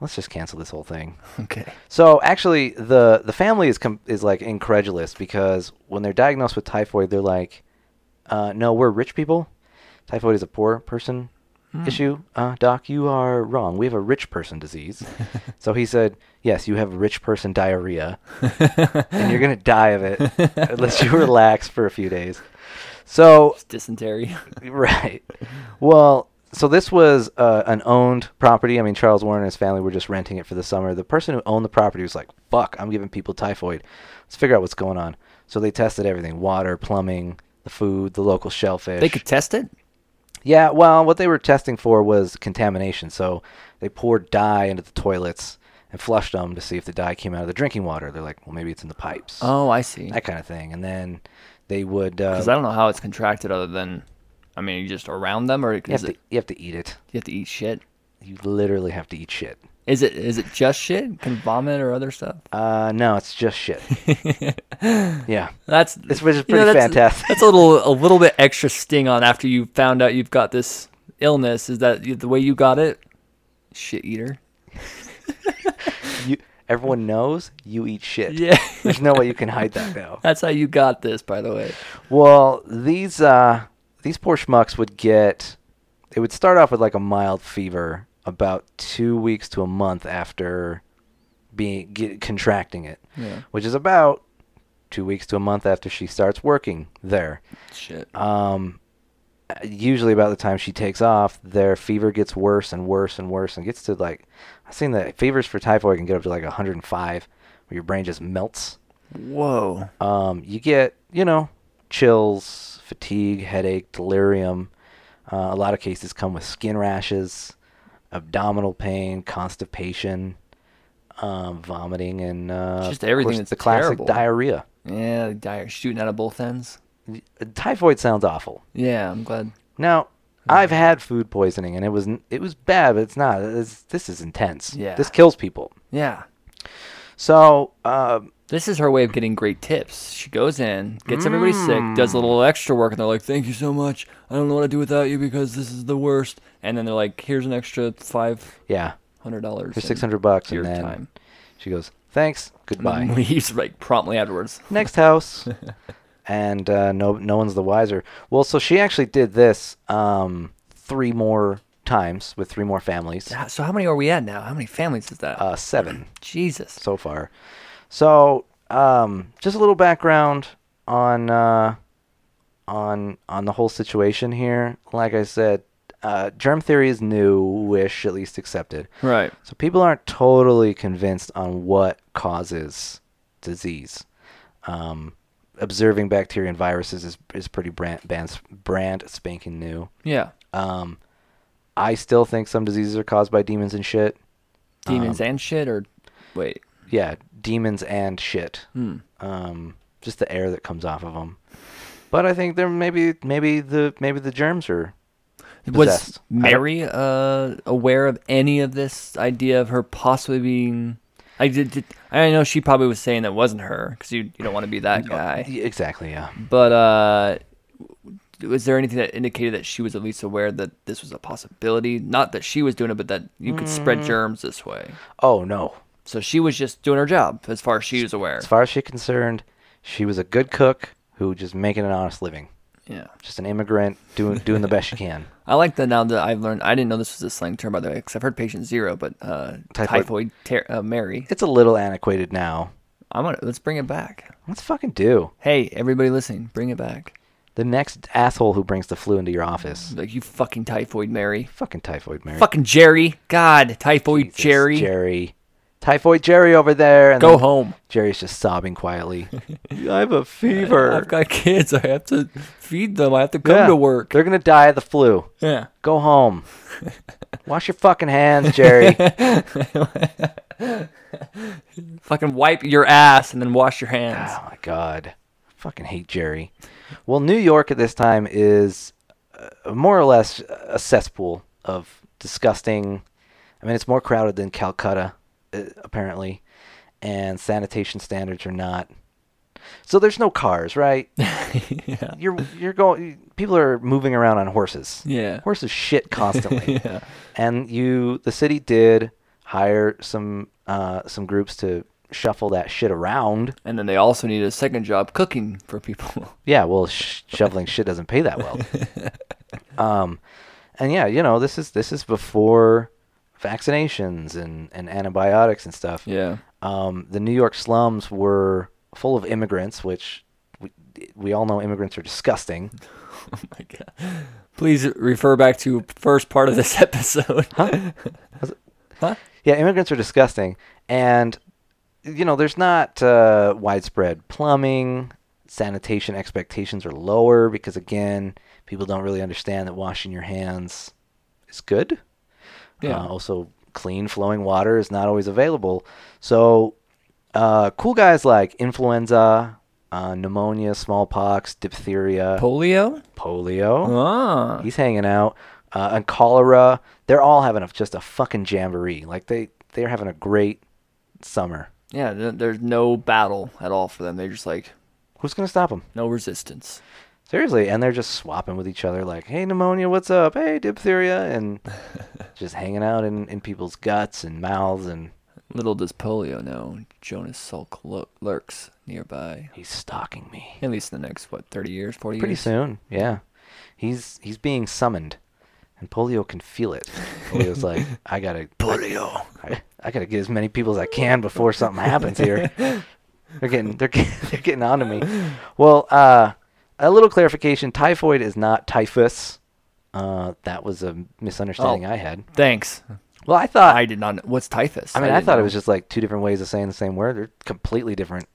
Let's just cancel this whole thing.
Okay.
So actually, the the family is com- is like incredulous because when they're diagnosed with typhoid, they're like, uh, "No, we're rich people. Typhoid is a poor person issue. Uh, doc, you are wrong. We have a rich person disease." so he said, "Yes, you have rich person diarrhea, and you're gonna die of it unless you relax for a few days." So
It's dysentery.
Right. Well, so this was uh, an owned property. I mean, Charles Warren and his family were just renting it for the summer. The person who owned the property was like, fuck, I'm giving people typhoid. Let's figure out what's going on. So they tested everything water, plumbing, the food, the local shellfish.
they could test it.
yeah, well, what they were testing for was contamination. So they poured dye into the toilets and flushed them to see if the dye came out of the drinking water. They're like, well, maybe it's in the pipes,
Oh, I see.
that kind of thing. And then they would uh,
Because I don't know how it's contracted other than, I mean, are you just around them or
you
is
have to
it,
you have to eat it.
you have to eat shit?
You literally have to eat shit.
Is it is it just shit? Can vomit or other stuff?
Uh, no, it's just shit. yeah,
That's
This was
you
pretty
that's-
fantastic.
That's a little a little bit extra sting on after you found out you've got this illness. Is that you- the way you got it? Shit eater.
you. Everyone knows you eat shit.
Yeah.
There's no way you can hide that now.
That's how you got this, by the way.
Well, these uh, these poor schmucks would get. It would start off with like a mild fever about two weeks to a month after being get, contracting it,
Yeah.
which is about two weeks to a month after she starts working there.
Shit.
Um, usually about the time she takes off, their fever gets worse and worse and worse and gets to like I've seen that fevers for typhoid can get up to like 105, where your brain just melts.
Whoa.
Um, you get, you know, chills, fatigue, headache, delirium. Uh, a lot of cases come with skin rashes, abdominal pain, constipation, um, vomiting, and uh,
Just
of
everything
course,
that's
the classic
terrible.
diarrhea.
Yeah, dire shooting out of both ends.
Typhoid sounds awful.
Yeah, I'm glad.
Now, I've had food poisoning, and it was it was bad, but it's not. It's, this is intense.
Yeah.
this kills people.
Yeah.
So, um,
This is her way of getting great tips. She goes in, gets everybody sick, does a little extra work, and they're like, "Thank you so much. I don't know what to do without you because this is the worst." And then they're like, "Here's an extra five
yeah,
hundred dollars
for six hundred bucks,
your
and then
time. Mm-hmm.
she goes, "Thanks, goodbye."
And leaves like promptly afterwards.
next house and uh, no no one's the wiser well so she actually did this um, three more times with three more families
So how many are we at now? How many families is that?
uh, seven
Jesus.
so far so um, just a little background on uh, on on the whole situation here like i said uh, germ theory is newish at least accepted
Right.
so people aren't totally convinced on what causes disease. Um, observing bacteria and viruses is is pretty brand brand, brand spanking new.
Yeah.
Um, I still think some diseases are caused by demons and shit.
Demons and shit, or wait.
Yeah, demons and shit.
Hmm.
Um, just the air that comes off of them. But I think there maybe maybe the maybe the germs are
Was
possessed. I don't-
Mary uh, aware of any of this idea of her possibly being? I did. did I know she probably was saying that wasn't her because you you don't want to be that guy.
Yeah, exactly yeah.
But uh, was there anything that indicated that she was at least aware that this was a possibility? Not that she was doing it, but that you could spread germs this way.
Oh no.
So she was just doing her job as far as she was aware.
As far as she's concerned, she was a good cook who just making an honest living.
Yeah.
just an immigrant doing doing the best you can.
I like that now that I've learned. I didn't know this was a slang term, by the way, because I've heard patient zero, but uh,
Typhoid.
typhoid, ter- uh, Mary.
It's a little antiquated now.
I'm gonna let's bring it back.
Let's fucking do.
Hey, everybody listening, bring it back.
The next asshole who brings the flu into your office.
Like you fucking typhoid Mary,
Fucking typhoid Mary.
fucking Jerry. God, typhoid
Jesus,
Jerry.
Jerry. Typhoid Jerry over there. And
Go
then
home.
Jerry's just sobbing quietly. I have a fever.
I've got kids. I have to feed them. I have to come
Yeah.
to work.
They're gonna die of the flu.
Yeah.
Go home. Wash your fucking hands, Jerry.
Fucking wipe your ass and then wash your hands.
Oh my god. Fucking hate Jerry. Well, New York at this time is uh, more or less a cesspool of disgusting. I mean, it's more crowded than Calcutta, uh, apparently, and sanitation standards are not. So there's no cars, right?
yeah.
You're you're going. People are moving around on horses.
Yeah.
Horses shit constantly.
Yeah.
And you, the city did hire some uh, some groups to shuffle that shit around.
And then they also need a second job cooking for people.
Yeah, well, sh- shoveling shit doesn't pay that well. um, and yeah, you know, this is this is before vaccinations and and antibiotics and stuff.
yeah.
Um, the New York slums were full of immigrants, which we, we all know immigrants are disgusting.
Oh my god. Please refer back to first part of this episode.
Yeah, immigrants are disgusting, and you know, there's not uh, widespread plumbing. Sanitation expectations are lower because again, people don't really understand that washing your hands is good.
Yeah.
Uh, also, clean flowing water is not always available. So, uh, cool guys like influenza, uh, pneumonia, smallpox, diphtheria,
Polio?
polio.
Ah.
He's hanging out. Uh, and cholera. They're all having a, just a fucking jamboree. Like they they're having a great summer.
Yeah, there- there's no battle at all for them. They're just like,
Who's gonna stop them?
no resistance.
Seriously, and they're just swapping with each other, like, "Hey, pneumonia, what's up? Hey, diphtheria," and just hanging out in, in people's guts and mouths. And
Little does Polio know, Jonas Salk lo- lurks nearby.
he's stalking me.
At least in the next, what, 30 years, 40
Pretty
years?
soon, yeah. He's he's being summoned, and polio can feel it. Polio's like, "I gotta,
Polio.
I, I gotta get as many people as I can before something happens here." They're getting they're get- they're getting onto me. Well, uh, a little clarification: typhoid is not typhus. Uh, that was a misunderstanding
Oh.
I had.
Thanks.
Well, I thought
I did not know. What's typhus?
I mean, I,
didn't
thought it
know.
was just like two different ways of saying the same word. They're completely different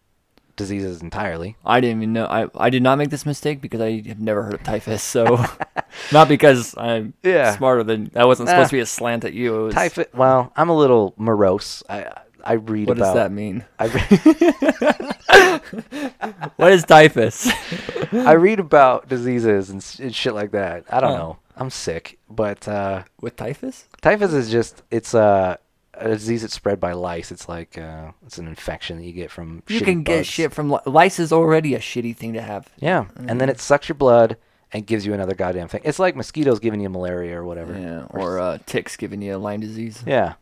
diseases entirely.
I didn't even know. I, I did not make this mistake because I have never heard of typhus. So, not because I'm
Yeah.
smarter than that wasn't supposed
Ah.
to be a slant at you. It was,
Typhus. Well, I'm a little morose. I I read
What
about.
does that mean?
I, re-
What is typhus?
I read about diseases and, s- and shit like that. I don't
Huh.
know. I'm sick, but uh,
With typhus?
typhus is just it's uh, a disease that's spread by lice. It's like uh, it's an infection that you get from
You
shitty
can get
bugs.
shit from li- lice is already a shitty thing to have.
Yeah, and then it sucks your blood and gives you another goddamn thing. It's like mosquitoes giving you malaria or whatever.
Yeah, or uh, ticks giving you Lyme disease.
Yeah.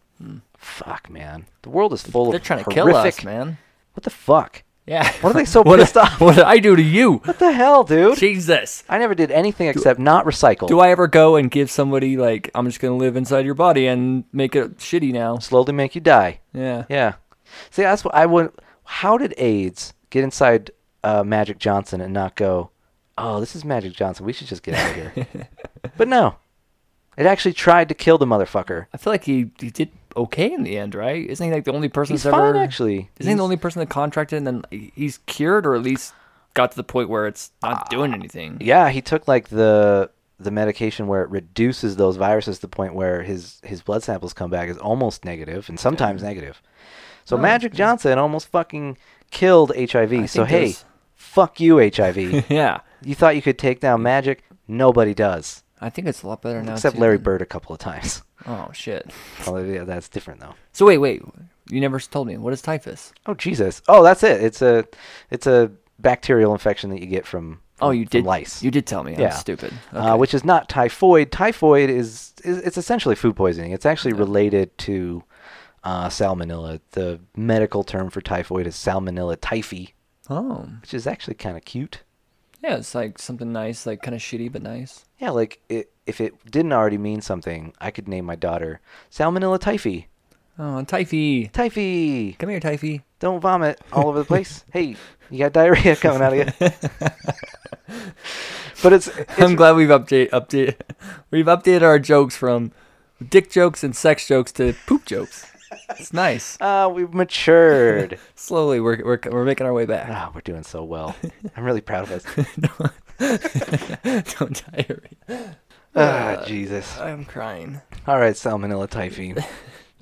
Fuck, man. The world is full
They're
of
trying to
horrific...
kill us, man.
What the fuck?
Yeah.
What are they so
What-
pissed off?
What did I do to you?
What the hell, dude?
Jesus.
I never did anything except not recycle.
Do I ever go and give somebody like I'm just gonna live inside your body and make it shitty now?
slowly make you die?
Yeah.
Yeah. See, that's what I would. How did AIDS get inside uh, Magic Johnson and not go? Oh, this is Magic Johnson. We should just get out of here. but no, it actually tried to kill the motherfucker.
I feel like he, he did okay in the end, right? Isn't he like the only person
He's
that's
fine,
ever
actually.
Isn't he the only person that contracted and then he- he's cured or at least got to the point where it's
Ah.
not doing anything?
Yeah, he took like the the medication where it reduces those viruses to the point where his his blood samples come back is almost negative and sometimes negative.
Oh,
So Magic Johnson almost fucking killed HIV. so
think
hey,
there's-
fuck you HIV.
yeah.
you thought you could take down Magic? Nobody does.
I think it's a lot better now.
Except
Mm. too,
Larry
than-
Bird a couple of times.
Oh shit.
Although yeah, that's different though.
So wait, wait. You never s- told me. What is typhus?
Oh Jesus. Oh, that's it. It's a it's a bacterial infection that you get from
Oh, you
from
did.
lice.
You did tell me.
Yeah.
I'm stupid.
uh,
Okay.
which is not typhoid. Typhoid is, is it's essentially food poisoning. It's actually related to uh, salmonella. The medical term for typhoid is salmonella typhi,
oh,
which is actually kind of cute.
yeah. It's like something nice, like kind of shitty but nice.
Yeah, like it, if it didn't already mean something, I could name my daughter salmonella typhi.
Oh, typhy.
Typhi,
Come here, typhy.
don't vomit all over the place. hey, you got diarrhea coming out of you. but it's,
I'm glad we've update update we've updated our jokes from dick jokes and sex jokes to poop jokes. It's nice.
uh, we've matured.
Slowly, we're we're we're making our way back.
Ah, we're doing so well. I'm really proud of us.
Don't tire me. Uh,
Ah, Jesus.
I'm crying.
All right, salmonella typhi.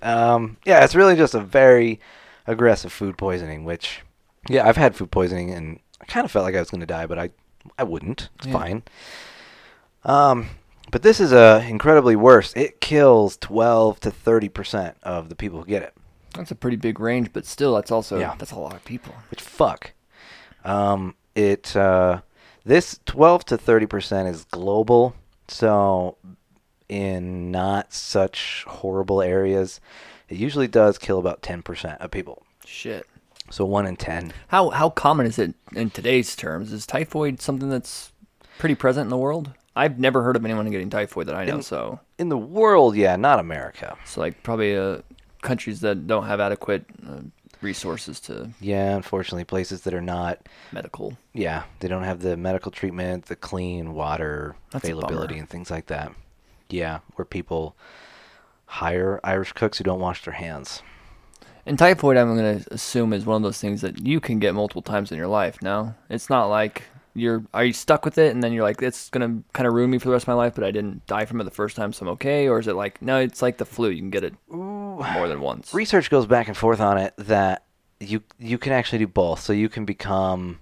um, yeah, it's really just a very aggressive food poisoning. Which, yeah, I've had food poisoning, and I kind of felt like I was going to die, but I, I wouldn't. It's
Yeah.
fine. Um, but this is uh, incredibly worse. It kills twelve to thirty percent of the people who get it.
That's a pretty big range, but still, that's also
Yeah.
that's a lot of people.
Which fuck. Um, it uh, this twelve to thirty percent is global, so in not such horrible areas, it usually does kill about ten percent of people.
Shit.
So one in ten.
How how common is it in today's terms? Is typhoid something that's pretty present in the world? I've never heard of anyone getting typhoid that I know. so
In the world, yeah, not America.
so like probably uh, countries that don't have adequate uh, resources to
Yeah, unfortunately, places that are not,
medical.
yeah, they don't have the medical treatment, the clean water
That's a
availability,
bummer.
and things like that. Yeah, where people hire Irish cooks who don't wash their hands.
And typhoid, I'm gonna assume is one of those things that you can get multiple times in your life. No, it's not like you're are you stuck with it and then you're like it's gonna kind of ruin me for the rest of my life, but I didn't die from it the first time, so I'm okay. Or is it like no, it's like the flu, you can get it more than once.
research goes back and forth on it that you you can actually do both. So you can become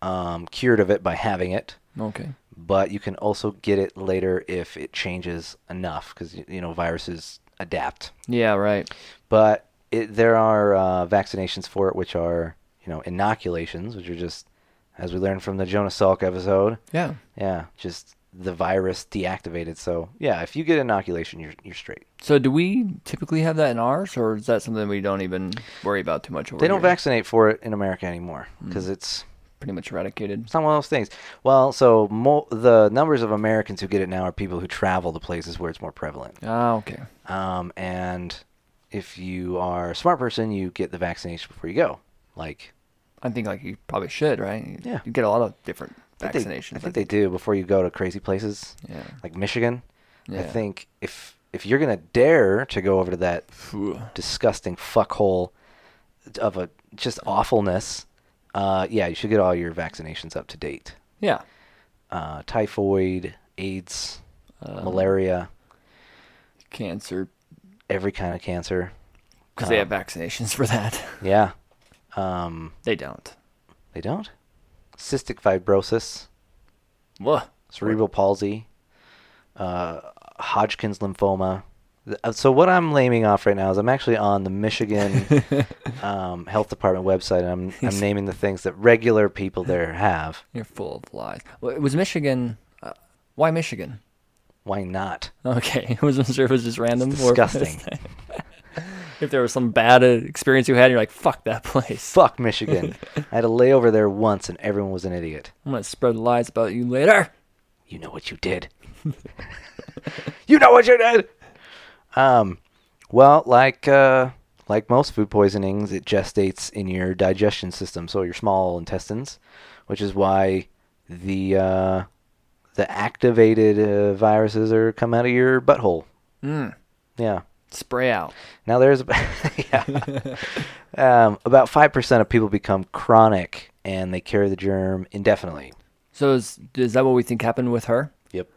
um, cured of it by having it,
Okay.
but you can also get it later if it changes enough because you know viruses adapt.
Yeah. Right.
But it, there are uh, vaccinations for it, which are you know inoculations, which are just as we learned from the Jonas Salk episode.
Yeah.
Yeah, just the virus deactivated. So yeah, if you get inoculation, you're you're straight.
So do we typically have that in ours, or is that something we don't even worry about too much? Over
They don't
here?
vaccinate for it in America anymore because it's
Pretty much eradicated.
It's not one of those things. Well, so mo- the numbers of Americans who get it now are people who travel to places where it's more prevalent.
Ah. Okay.
Um, and if you are a smart person, you get the vaccination before you go. Like
I think like you probably should, right?
Yeah.
You get a lot of different
I think they-
vaccinations.
I think they do before you go to crazy places
Yeah.
like Michigan. I
Yeah.
think if if you're gonna dare to go over to that
Phew.
disgusting fuckhole of a just awfulness, uh, yeah, you should get all your vaccinations up to date.
Yeah.
Uh, typhoid, AIDS,
Um,
malaria.
Cancer, Ah.
every kind of cancer.
because they
Uh,
have vaccinations for that.
Yeah. Um,
they don't.
they don't. Cystic fibrosis,
Whoa.
cerebral palsy, uh, Hodgkin's lymphoma. Th- uh, So what I'm laming off right now is I'm actually on the Michigan um, Health Department website, and I'm I'm naming the things that regular people there have.
You're full of lies. Well, it was Michigan. Uh, why Michigan?
Why not?
Okay, I wasn't sure if it was just random or
Disgusting.
if there was some bad uh, experience you had. You're like, fuck that place.
Fuck Michigan. I had a layover there once, and everyone was an idiot.
I'm gonna spread lies about you later.
you know what you did. you know what you did. Um, well, like uh, like most food poisonings, it gestates in your digestion system, so your small intestines, which is why the uh, the activated uh, viruses are come out of your butthole.
Mm.
Yeah.
Spray out.
Now there's ab- yeah. um, about five percent of people become chronic and they carry the germ indefinitely.
So is is that what we think happened with her?
Yep.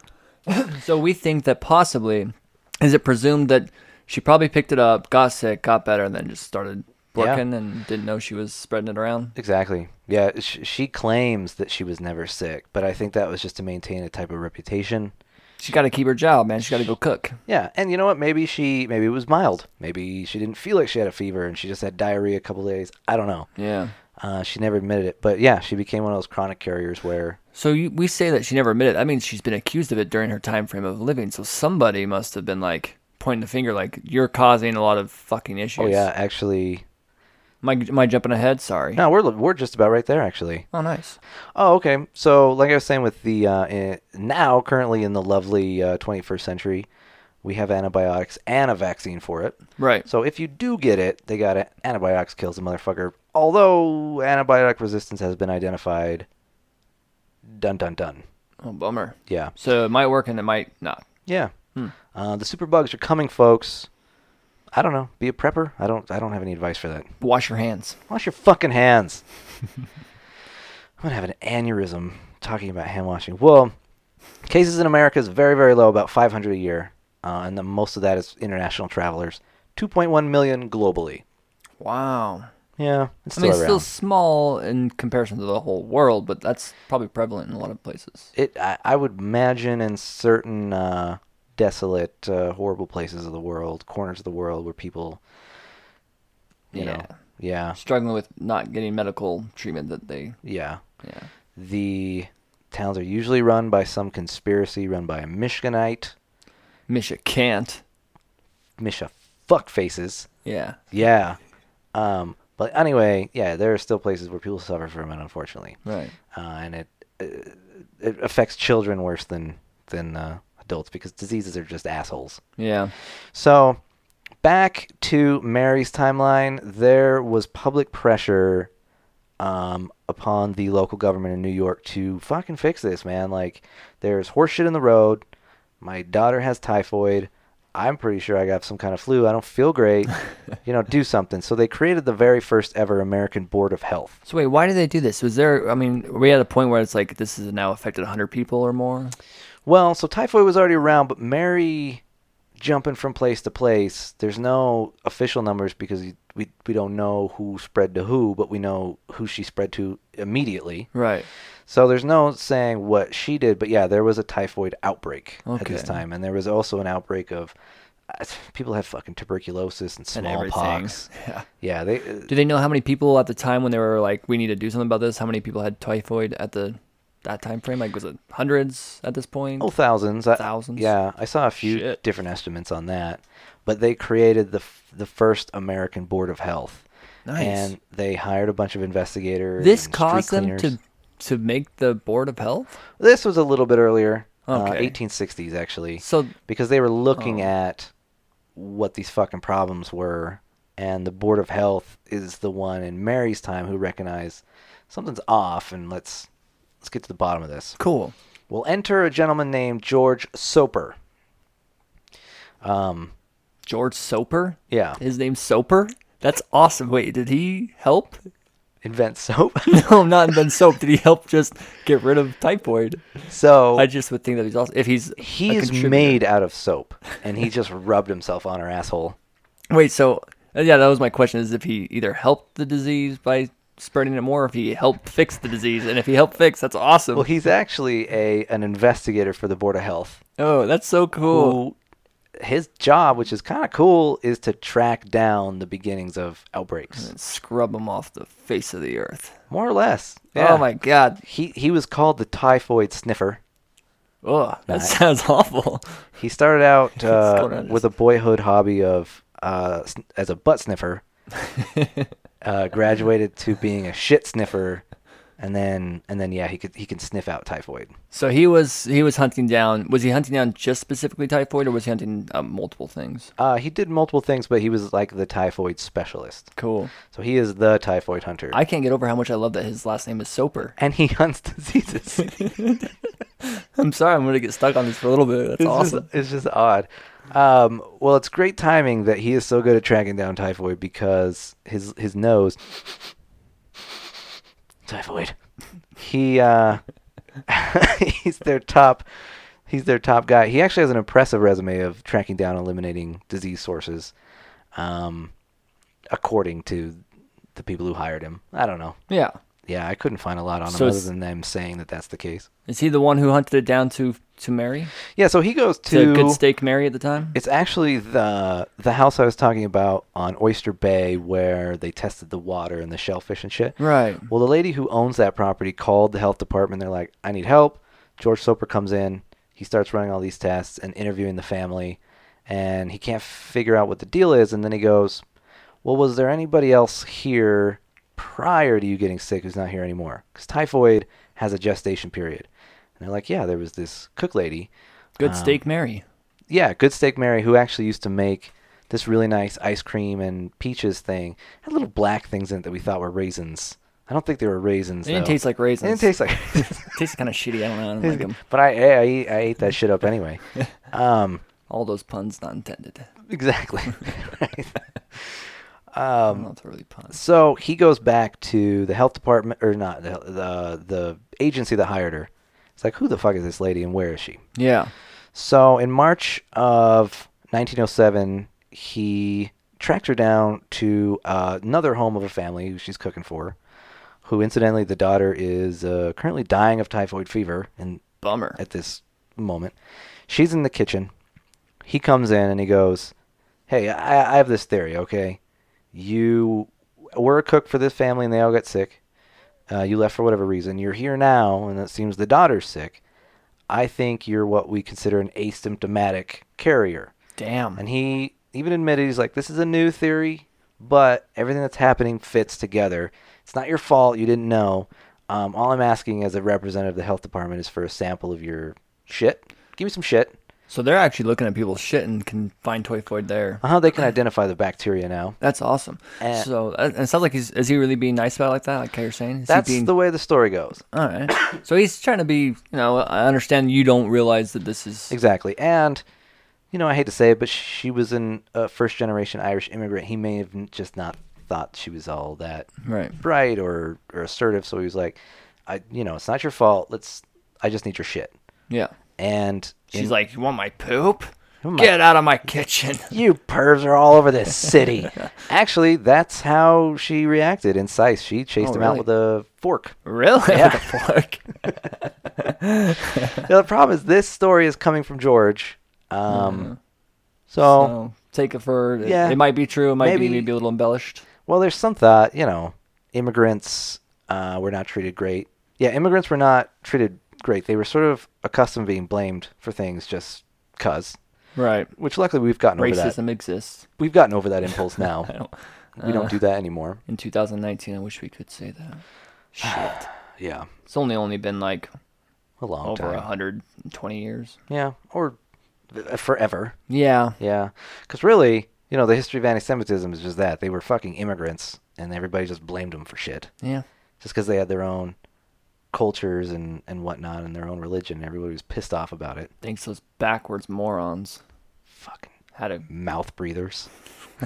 So we think that possibly is it presumed that she probably picked it up, got sick, got better, and then just started
Yeah.
working and didn't know she was spreading it around.
Exactly. Yeah, sh- she claims that she was never sick, but I think that was just to maintain a type of reputation.
She got to keep her job, man. She got to go cook.
Yeah, and you know what? Maybe she maybe it was mild. Maybe she didn't feel like she had a fever and she just had diarrhea a couple days. I don't know.
Yeah.
Uh, she never admitted it, but yeah, she became one of those chronic carriers where
So you, we say that she never admitted. That means she's been accused of it during her time frame of living. So somebody must have been like pointing the finger, like you're causing a lot of fucking issues.
oh yeah, actually,
Am I, am I jumping ahead? Sorry.
no, we're we're just about right there actually.
Oh, nice.
Oh, okay. So, like I was saying, with the uh, in, now currently in the lovely uh, 21st century, we have antibiotics and a vaccine for it.
Right.
So if you do get it, they got it. Antibiotics kills the motherfucker. Although antibiotic resistance has been identified. Dun dun dun.
Oh, bummer.
Yeah.
So it might work and it might not.
Yeah. Uh, the superbugs are coming, folks. I don't know. Be a prepper. I don't. I don't have any advice for that.
Wash your hands.
Wash your fucking hands. I'm gonna have an aneurysm talking about hand washing. Well, cases in America is very, very low, about 500 a year, uh, and the, most of that is international travelers. 2.1 million globally.
Wow.
Yeah, it's
I
still
mean, it's
around.
still small in comparison to the whole world, but that's probably prevalent in a lot of places.
it I, I would imagine in certain uh, desolate uh, horrible places of the world corners of the world where people you know
Yeah.
yeah
Struggling with not getting medical treatment that they.
yeah
Yeah.
the towns are usually run by some conspiracy run by a michiganite
Misha can't.
misha fuck faces
Yeah.
yeah um but anyway yeah there are still places where people suffer from it unfortunately
Right.
uh, and it uh, it affects children worse than than uh, adults because diseases are just assholes
Yeah.
So, back to Mary's timeline, there was public pressure um, upon the local government in New York to fucking fix this, man. Like, there's horseshit in the road. My daughter has typhoid. I'm pretty sure I got some kind of flu. I don't feel great. you know, do something. So they created the very first ever American Board of Health.
So wait, why did they do this? Was there? I mean, were we at a point where it's like this has now affected hundred people or more?
Well, so typhoid was already around, but Mary jumping from place to place. There's no official numbers because you- we we don't know who spread to who, but we know who she spread to immediately.
Right.
So there's no saying what she did, but yeah, there was a typhoid outbreak at this
Okay.
time, and there was also an outbreak of uh, people have fucking tuberculosis and
And everything.
smallpox.
Yeah.
Yeah, they uh,
Do they know how many people at the time when they were like, we need to do something about this? How many people had typhoid at the that time frame? Like, was it hundreds at this point?
oh thousands, I-
Thousands?
yeah, I saw a few
Shit.
different estimates on that, but they created the f- the first American Board of Health,
Nice.
and they hired a bunch of investigators.
this
and street
caused them
cleaners.
to to make the board of health.
This was a little bit earlier, uh,
Okay.
1860s actually,
So
because they were looking
Oh.
at what these fucking problems were, and the Board of Health is the one in Mary's time who recognized something's off, and let's let's get to the bottom of this.
cool.
We'll enter a gentleman named George Soper. Um,
George Soper.
yeah,
His name's Soper. That's awesome. Wait, did he help?
invent soap.
No, not invent soap. Did he help just get rid of typhoid?
so
I just would think that he's also if he's a
Oh. he is
contributor.
made out of soap, and he just rubbed himself on her asshole.
Wait, so uh, yeah, that was my question: is if he either helped the disease by spreading it more, or if he helped fix the disease, and if he helped fix, that's awesome.
Well, he's actually a an investigator for the Board of Health.
oh, that's so cool.
who his job, which is kind of cool, is to track down the beginnings of outbreaks,
And scrub him off the face of the earth.
more or less.
Oh my god.
He he was called the typhoid sniffer.
Oh, that
Nice.
sounds awful.
He started out
going
uh,
on?
with a boyhood hobby of uh, sn- as a butt sniffer, uh, graduated to being a shit sniffer, and then and then yeah, he could he can sniff out typhoid.
So he was he was hunting down. Was he hunting down just specifically typhoid, or was he hunting um, multiple things?
Uh, he did multiple things, but he was like the typhoid specialist.
Cool.
So he is the typhoid hunter,
I can't get over how much I love that his last name is Soper.
and he hunts diseases.
I'm sorry, I'm gonna get stuck on this for a little bit. That's
It's
awesome.
Just, it's just odd. Um, well, it's great timing that he is so good at tracking down typhoid because his his nose, typhoid. He uh, he's their top. He's their top guy. He actually has an impressive resume of tracking down, and eliminating disease sources, um, according to the people who hired him. I don't know.
Yeah.
Yeah, I couldn't find a lot on
So
him other
it's-
than them saying that that's the case.
Is he the one who hunted it down to to Mary?
Yeah, so he goes
To
to
Good Steak Mary at the time?
It's actually the the house I was talking about on Oyster Bay where they tested the water and the shellfish and shit.
Right.
Well, the lady who owns that property called the health department. They're like, "I need help." George Soper comes in. He starts running all these tests and interviewing the family, and he can't figure out what the deal is. And then he goes, "Well, was there anybody else here prior to you getting sick who's not here anymore? Because typhoid has a gestation period." And they're like, "Yeah, there was this cook lady."
Good
um,
Steak Mary.
yeah, Good Steak Mary, who actually used to make this really nice ice cream and peaches thing, had little black things in it that we thought were raisins. I don't think they were raisins.
It didn't
though.
taste like raisins.
It didn't taste like.
tastes kind of shitty. I don't know. I don't like 'em.
but I, I, ate- I ate that shit up anyway. Um,
All those puns not intended.
exactly. Right.
I
Um,
don't know if they're really puns.
So he goes back to the health department, or not the the, the agency that hired her. It's like, who the fuck is this lady, and where is she?
Yeah.
So in March of 1907, he tracked her down to uh, another home of a family who she's cooking for, who incidentally the daughter is uh, currently dying of typhoid fever and
Bummer.
at this moment. She's in the kitchen. He comes in and he goes, "Hey, I, I have this theory. Okay, you were a cook for this family, and they all got sick. Uh, you left for whatever reason. You're here now, and it seems the daughter's sick. I think you're what we consider an asymptomatic carrier."
Damn.
And he even admitted he's like, "This is a new theory, but everything that's happening fits together. It's not your fault. You didn't know. Um, all I'm asking as a representative of the health department is for a sample of your shit. Give me some shit.
so they're actually looking at people's shit and can find typhoid there.
Uh huh. They can identify the bacteria now.
That's awesome.
Uh,
so uh, and it sounds like he's is he really being nice about it like that? Like how you're saying? Is
That's
he being,
the way the story goes.
all right. so he's trying to be. You know, I understand you don't realize that this is.
Exactly. And you know, I hate to say it, but she was an uh, first generation Irish immigrant. He may have n- just not thought she was all that
Right.
bright or, or assertive. So he was like, I, you know, it's not your fault. Let's, I just need your shit.
Yeah.
And
She's
in-
like, you want my poop?
my-
Get out of my kitchen.
You pervs are all over this city. Actually, that's how she reacted in Sice. She chased
Oh,
him out
really?
with a fork.
Really?
Yeah.
the fuck?
Now, the problem is this story is coming from George. Um, so,
Uh-huh. So, take it for
Yeah.
it, might be true. It might
Maybe-
be maybe a little embellished.
well, there's some thought, you know, immigrants uh, were not treated great. Yeah, immigrants were not treated great. They were sort of accustomed to being blamed for things just cuz.
Right.
Which luckily we've gotten over that.
Racism exists.
We've gotten over that impulse
I
now.
don't,
we don't do that anymore.
in 2019, I wish we could say that. Shit.
Yeah,
It's only only been like
a long
over
time.
120 years.
Yeah, or uh, forever.
Yeah.
Yeah, because really, you know, the history of anti-Semitism is just that they were fucking immigrants, and everybody just blamed them for shit,
Yeah.
just because they had their own cultures and and whatnot, and their own religion. Everybody was pissed off about it.
Thanks those backwards morons.
Fucking
Had a
mouth breathers.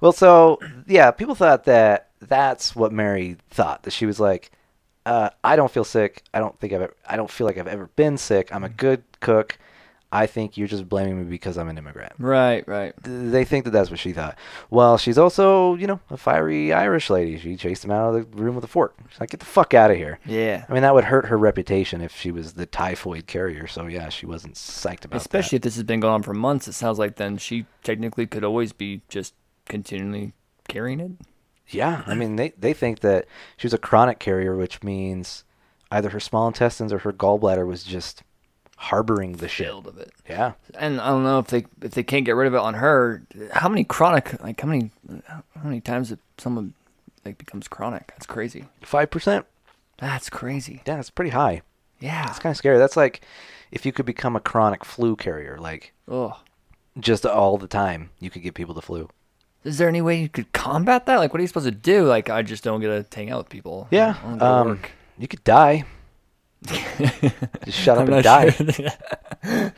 well, so yeah, people thought that that's what Mary thought that she was like. Uh, I don't feel sick. I don't think I've. Ever, I don't feel like I've ever been sick. I'm a good cook. I think you're just blaming me because I'm an immigrant.
right, right.
They think that that's what she thought. Well, she's also, you know, a fiery Irish lady. She chased him out of the room with a fork. She's like, "Get the fuck out of here."
Yeah.
I mean, that would hurt her reputation if she was the typhoid carrier. So yeah, she wasn't psyched about that.
Especially if this has been going on for months, it sounds like then she technically could always be just continually carrying it.
Yeah, I mean they they think that she was a chronic carrier, which means either her small intestines or her gallbladder was just harboring the shit.
Build of it.
Yeah,
And I don't know if they if they can't get rid of it on her. How many chronic like how many how many times if someone like becomes chronic? That's crazy.
five percent.
That's crazy.
Yeah, it's pretty high.
Yeah.
It's kind of scary. That's like if you could become a chronic flu carrier, like
Ugh.
just all the time, you could give people the flu.
Is there any way you could combat that? Like, what are you supposed to do? Like, I just don't get to hang out with people.
Yeah,
I don't go to
um,
work.
you could die. just shut up
I'm
and
not
die.
sure.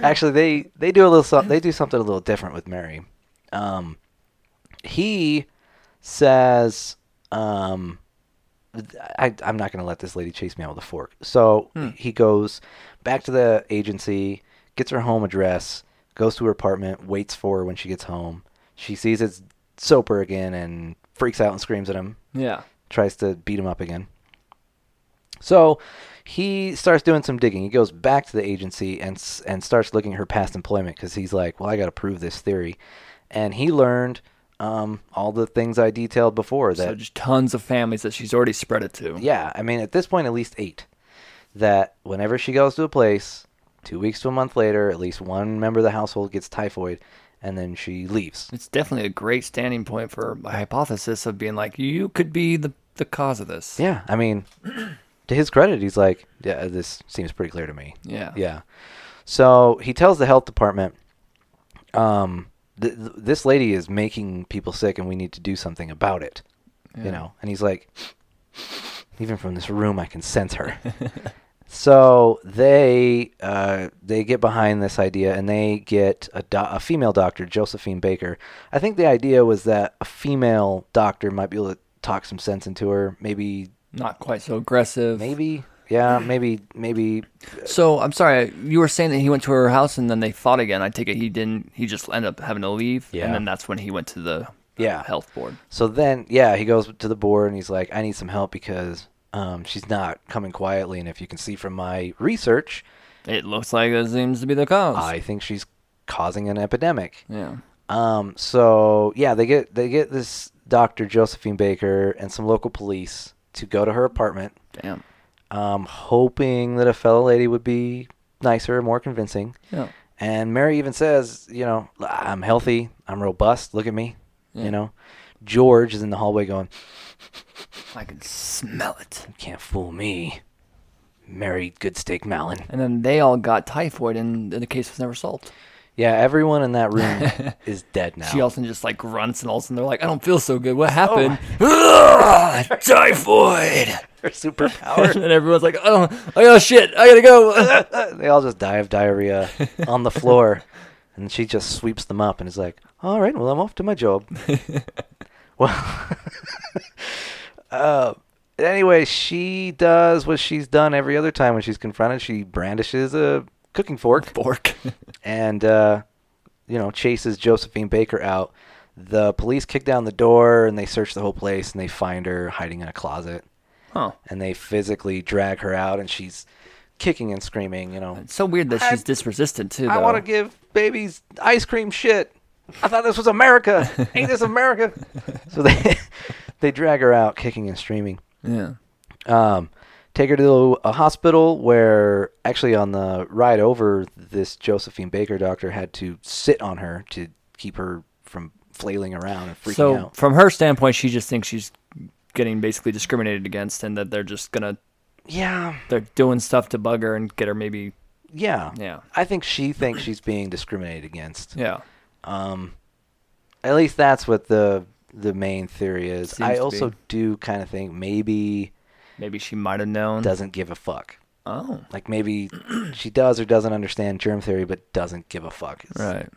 Actually, they they do a little so- they do something a little different with Mary. Um, he says, um, I, I'm not going to let this lady chase me out with a fork. So he goes back to the agency, gets her home address, goes to her apartment, waits for her when she gets home. She sees it's Soper again and freaks out and screams at him
yeah.
tries to beat him up again. So he starts doing some digging. He goes back to the agency and s- and starts looking at her past employment because he's like, well, I got to prove this theory, and he learned um, all the things I detailed before. That
So just tons of families that she's already spread it to.
yeah, I mean at this point at least eight. That whenever she goes to a place, two weeks to a month later, at least one member of the household gets typhoid, and then she leaves.
It's definitely a great standing point for a hypothesis of being like, you could be the, the cause of this.
Yeah, I mean, to his credit, he's like, yeah, this seems pretty clear to me.
Yeah.
Yeah. So he tells the health department, um, th- th- this lady is making people sick, and we need to do something about it. You
Yeah.
know, and he's like, even from this room, I can sense her. so they uh, they get behind this idea, and they get a, do- a female doctor, Josephine Baker. I think the idea was that a female doctor might be able to talk some sense into her, maybe,
Not quite so aggressive.
maybe. Yeah, maybe, maybe
So I'm sorry, you were saying that he went to her house and then they fought again. I take it he didn't. He just ended up having to leave.
Yeah.
And then that's when he went to the
Yeah.
health board.
So then, yeah, he goes to the board and he's like, "I need some help because um, she's not coming quietly, and if you can see from my research,
It looks like that seems to be the cause.
I think she's causing an epidemic."
yeah.
Um, so yeah, they get they get this doctor Josephine Baker and some local police to go to her apartment,
Damn.
um, hoping that a fellow lady would be nicer, more convincing.
Yeah.
And Mary even says, you know, I'm healthy, I'm robust. Look at me,
Yeah.
you know. George is in the hallway going,
I can smell it.
Can't fool me. Mary Good Steak Malin.
And then they all got typhoid, and the case was never solved.
Yeah, everyone in that room is dead now.
She also just like grunts, and all of a sudden they're like, "I don't feel so good. What happened? Ugh, Oh typhoid!"
Her
and
superpower.
everyone's like, "Oh, oh shit! I gotta go."
they all just die of diarrhea on the floor. And she just sweeps them up and is like, all right, well, I'm off to my job. well, uh, anyway, she does what she's done every other time when she's confronted. She brandishes a cooking fork
Fork.
and uh, you know chases Josephine Baker out. The police kick down the door and they search the whole place and they find her hiding in a closet
huh.
and they physically drag her out and she's kicking and screaming. You know,
It's so weird that
I-
she's this resistant too. Though.
I want to give babies ice cream shit. I thought this was America. Ain't this America? so they they drag her out kicking and screaming.
Yeah.
Um, take her to a hospital where actually on the ride over, this Josephine Baker doctor had to sit on her to keep her from flailing around and freaking
so
out.
from her standpoint, she just thinks she's getting basically discriminated against, and that they're just gonna
Yeah,
they're doing stuff to bug her and get her maybe.
yeah,
Yeah.
I think she thinks she's being discriminated against.
Yeah.
Um, at least that's what the the main theory is.
Seems
I
to
also
be.
do kind of think maybe
Maybe she might have known.
doesn't give a fuck.
oh.
Like maybe she does or doesn't understand germ theory, but doesn't give a fuck. It's-
Right.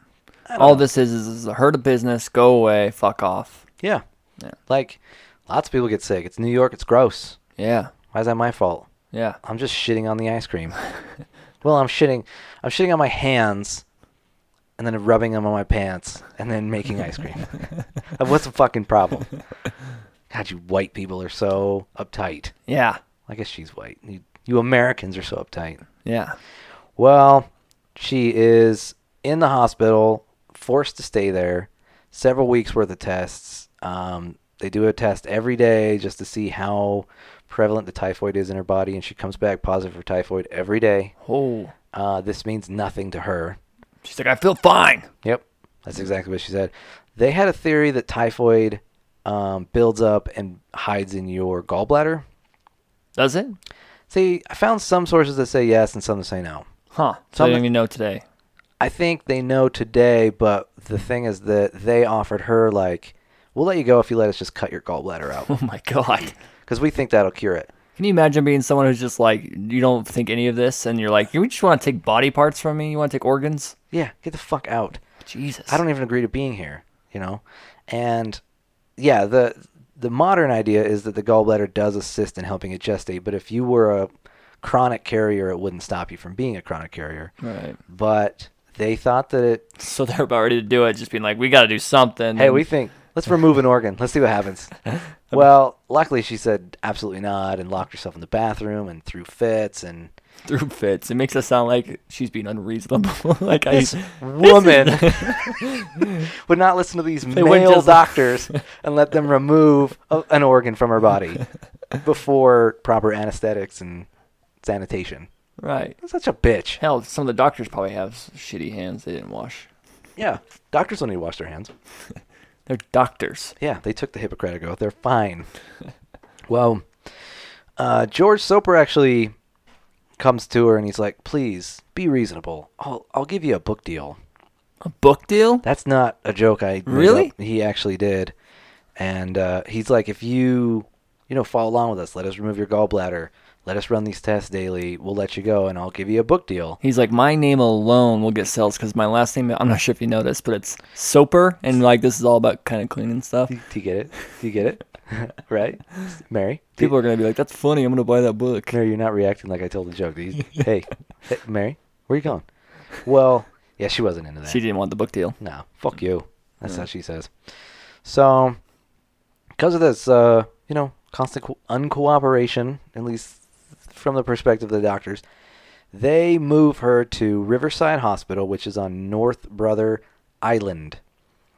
I don't
All
know.
this is is a herd of business. Go away. Fuck off.
Yeah.
Yeah.
Like, lots of people get sick. It's New York. It's gross.
Yeah.
Why is that my fault?
Yeah.
I'm just shitting on the ice cream. well, I'm shitting. I'm shitting on my hands, and then rubbing them on my pants, and then making ice cream. What's the fucking problem? God, you white people are so uptight.
Yeah.
I guess she's white. You, you Americans are so uptight.
Yeah.
Well, she is in the hospital, forced to stay there, several weeks worth of tests. Um, they do a test every day just to see how prevalent the typhoid is in her body, and she comes back positive for typhoid every day.
Oh.
Uh, this means nothing to her.
She's like, I feel fine.
Yep, that's exactly what she said. They had a theory that typhoid um, builds up and hides in your gallbladder.
Does it?
See, I found some sources that say yes and some that say no.
Huh. So I
Something-
didn't even know today.
I think they know today, but the thing is that they offered her like, "We'll let you go if you let us just cut your gallbladder out,
Oh my god.
because we think that'll cure it."
Can you imagine being someone who's just like, you don't think any of this, and you're like, you just want to take body parts from me? You want to take organs?
Yeah, get the fuck out.
Jesus.
I don't even agree to being here, you know. And yeah, the the modern idea is that the gallbladder does assist in helping it gestate, but if you were a chronic carrier, it wouldn't stop you from being a chronic carrier.
Right.
But they thought that it.
So they're about ready to do it, just being like, we got to do something.
Hey,
and-
we think let's remove an organ. Let's see what happens. Well, luckily she said absolutely not and locked herself in the bathroom and threw fits and
through fits. It makes us sound like she's being unreasonable. like I,
this woman would not listen to these
They wouldn't
male
just-
doctors and let them remove a, an organ from her body before proper anesthetics and sanitation.
right.
Such a bitch.
Hell, some of the doctors probably have s- shitty hands they didn't wash.
Yeah, doctors don't need to wash their hands.
They're doctors.
Yeah, they took the Hippocratic Oath. They're fine. well, uh, George Soper actually comes to her and he's like, "Please be reasonable. I'll I'll give you a book deal."
A book deal?
That's not a joke. I made
Really?
up. he actually did, and uh, he's like, if you you know follow along with us, let us remove your gallbladder, let us run these tests daily. We'll let you go, and I'll give you a book deal.
He's like, my name alone will get sales because my last name, I'm not sure if you noticed, but it's Soper. And like, this is all about kind of cleaning stuff.
Do you get it? Do you get it? right, Mary? Do you-
People are going to be like, that's funny. I'm going to buy that book.
Mary, you're not reacting like I told the joke. Do you- hey, hey, Mary, where you going? Well, yeah, she wasn't into that.
She didn't want the book deal.
No, fuck you. That's how she says. So, because of this, uh, you know, constant co- uncooperation, at least from the perspective of the doctors, they move her to Riverside Hospital, which is on North Brother Island.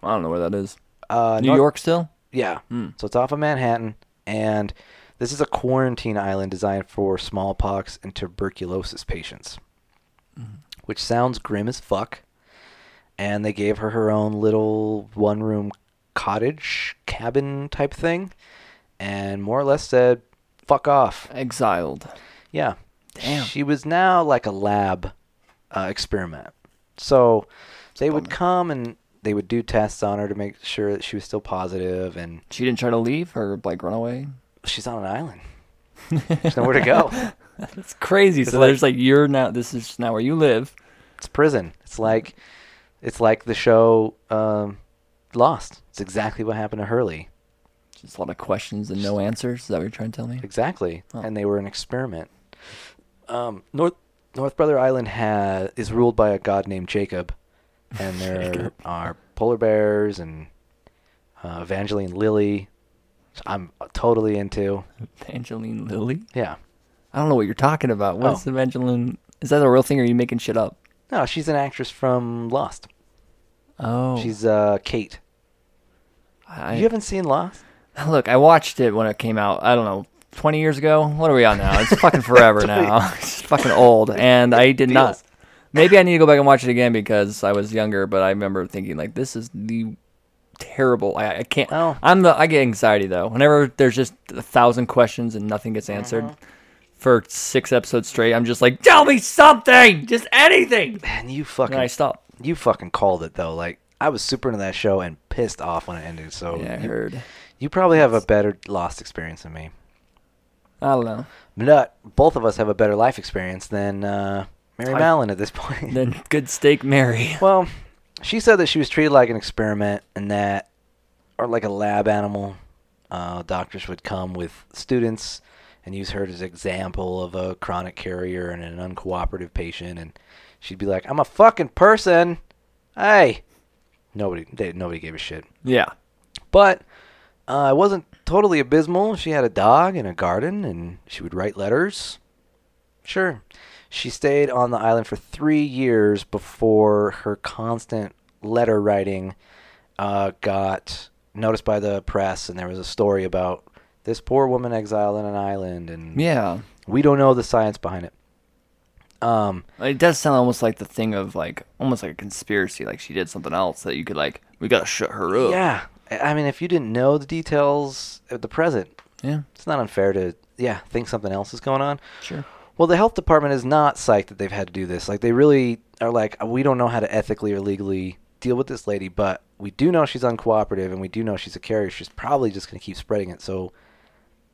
I don't know where that is.
Uh,
New
Nor-
York still?
Yeah. So it's off of Manhattan, and this is a quarantine island designed for smallpox and tuberculosis patients, which sounds grim as fuck. And they gave her her own little one room cottage, cabin type thing, and more or less said, fuck off.
Exiled.
Yeah.
Damn.
She was now like a lab uh, experiment. So they would come and they would do tests on her to make sure that she was still positive and
She didn't try to leave or like run away.
she's on an island. There's nowhere to go.
It's crazy. so
like-
there's like you're now. This is now where you live.
It's prison. It's like it's like the show um, Lost. It's exactly what happened to Hurley.
Just a lot of questions and no answers. Is that what you're trying to tell me?
Exactly. And they were an experiment. Um, North North Brother Island ha is ruled by a god named Jacob, and there
Jacob.
are polar bears and uh, Evangeline Lilly, which I'm totally into.
Evangeline Lilly?
Yeah.
I don't know what you're talking about.
Oh.
What's Evangeline? Is that a real thing or are you making shit up?
No, she's an actress from Lost.
Oh.
She's uh, Kate.
I,
you haven't seen Lost?
Look, I watched it when it came out. I don't know, 20 years ago. What are we on now? It's fucking forever now. It's fucking old, and I did not.
Feels.
Maybe I need to go back and watch it again because I was younger. But I remember thinking like, this is the terrible. I, I can't.
Oh.
I'm the. I get anxiety though. Whenever there's just a thousand questions and nothing gets answered.
Mm-hmm.
For six episodes straight, I'm just like, tell me something, just anything.
Man, you
And
fucking
I stop.
you fucking called it though. Like I was super into that show and pissed off when it ended. So
Yeah, I
you,
heard.
you probably have a better Lost experience than me.
I don't know.
But both of us have a better life experience than uh, Mary
I-
Mallon at this point.
Then good steak, Mary.
well, she said that she was treated like an experiment and that, or like a lab animal. Uh, doctors would come with students and use her as example of a chronic carrier and an uncooperative patient, and she'd be like, "I'm a fucking person." Hey, nobody, they, nobody gave a shit.
Yeah.
But uh, it wasn't totally abysmal. She had a dog and a garden, and she would write letters. Sure. She stayed on the island for three years before her constant letter writing uh, got noticed by the press, and there was a story about this poor woman exiled on an island, and
Yeah.
we don't know the science behind it. Um,
It does sound almost like the thing of like almost like a conspiracy, like she did something else that you could like we gotta shut her up.
yeah, I I mean, if you didn't know the details at the present,
Yeah.
it's not unfair to yeah think something else is going on.
Sure.
Well, the health department is not psyched that they've had to do this. Like, they really are like, we don't know how to ethically or legally deal with this lady, but we do know she's uncooperative and we do know she's a carrier. She's probably just going to keep spreading it. So,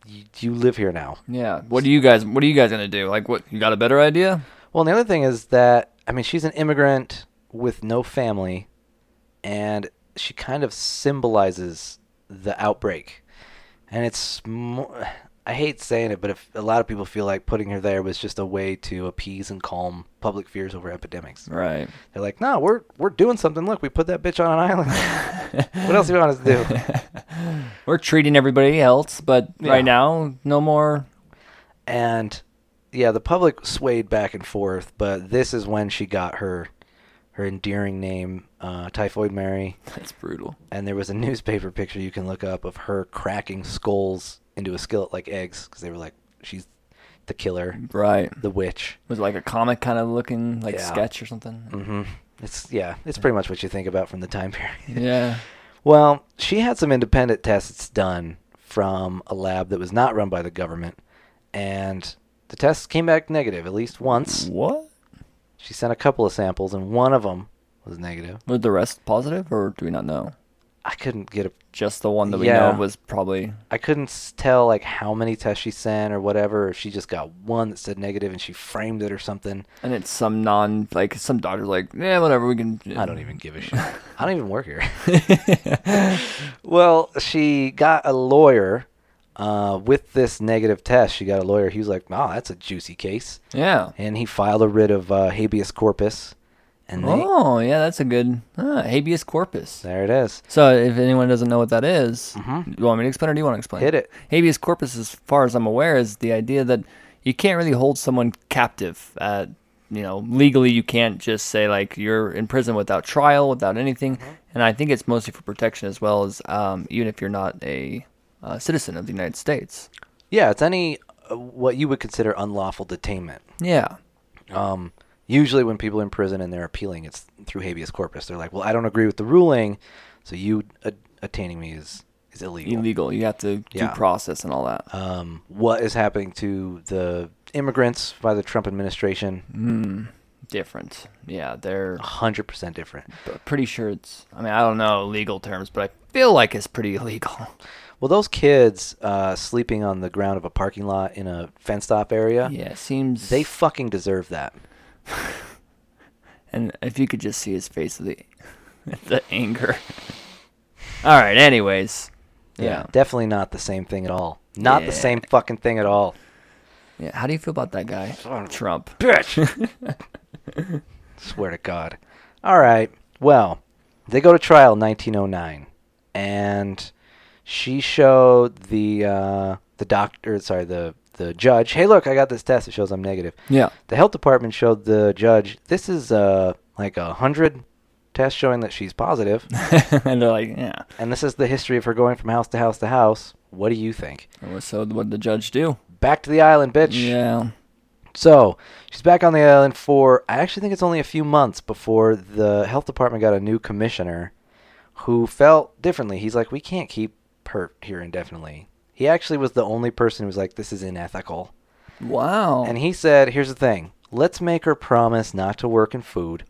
you, you live here now.
Yeah. What do you guys what are you guys gonna do? Like what you got a better idea?
Well, and the other thing is that, I mean, she's an immigrant with no family, and she kind of symbolizes the outbreak. And it's, mo- I hate saying it, but if, a lot of people feel like putting her there was just a way to appease and calm public fears over epidemics.
Right.
They're like, no, we're we're doing something. Look, we put that bitch on an island. what else do you want us to do?
We're treating everybody else, but
Yeah.
right now, no more
And yeah, the public swayed back and forth, but this is when she got her her endearing name, uh, Typhoid Mary.
That's brutal.
And there was a newspaper picture you can look up of her cracking skulls into a skillet like eggs because they were like, she's the killer,
Right.
the witch.
Was it like a comic kind of looking like
Yeah.
sketch or something?
hmm It's yeah, it's pretty much what you think about from the time period.
Yeah.
Well, she had some independent tests done from a lab that was not run by the government, and the tests came back negative at least once.
What?
She sent a couple of samples, and one of them was negative.
Were the rest positive or do we not know?
I couldn't get a,
Just the one that we
Yeah.
know was probably
I couldn't s- tell like how many tests she sent or whatever. If she just got one that said negative and she framed it or something.
and it's some non like some doctor's like, yeah, whatever, we can
I don't even give a shit. I don't even work here. well, she got a lawyer uh, with this negative test. She got a lawyer. He was like, "Oh, that's a juicy case."
Yeah.
and he filed a writ of uh, habeas corpus, and they,
Oh, yeah, that's a good ah, habeas corpus.
there it is.
So, if anyone doesn't know what that is, you want me to explain or do you want to explain?
Mm-hmm. Hit it.
Habeas corpus, as far as I'm aware, is the idea that you can't really hold someone captive. Uh, you know, legally, you can't just say like you're in prison without trial, without anything.
Mm-hmm.
And I think it's mostly for protection as well as um, even if you're not a uh, citizen of the United States.
Yeah, it's any uh, what you would consider unlawful detainment.
Yeah.
Um, usually, when people are in prison and they're appealing, it's through habeas corpus. They're like, "Well, I don't agree with the ruling, so you a- attaining me is is illegal."
Illegal. You have to
Yeah.
due process and all that.
Um, what is happening to the immigrants by the Trump
Mm-hmm.
administration?
Different. Yeah, they're
Hundred percent different.
But pretty sure it's. I mean, I don't know legal terms, but I feel like it's pretty illegal.
Well, those kids uh, sleeping on the ground of a parking lot in a fenced off area,
Yeah, it seems.
they fucking deserve that.
and if you could just see his face, the the anger. All right. Anyways. Yeah.
Definitely not the same thing at all. Not
Yeah.
the same fucking thing at all.
Yeah, how do you feel about that guy,
Son of a
Trump?
bitch. Swear to God. All right. Well, they go to trial in 1909, and she showed the uh, the doctor, sorry, the the judge. Hey, look, I got this test. It shows I'm negative.
Yeah,
The health department showed the judge this is uh, like a hundred tests showing that she's positive,
and they're like, yeah.
and this is the history of her going from house to house to house. What do you think?
And So what did the judge do?
Back to the island, bitch.
Yeah,
So she's back on the island for I actually think it's only a few months before the health department got a new commissioner who felt differently. He's like, We can't keep her here indefinitely. He actually was the only person who was like, This is unethical.
wow.
And he said, Here's the thing. Let's make her promise not to work in food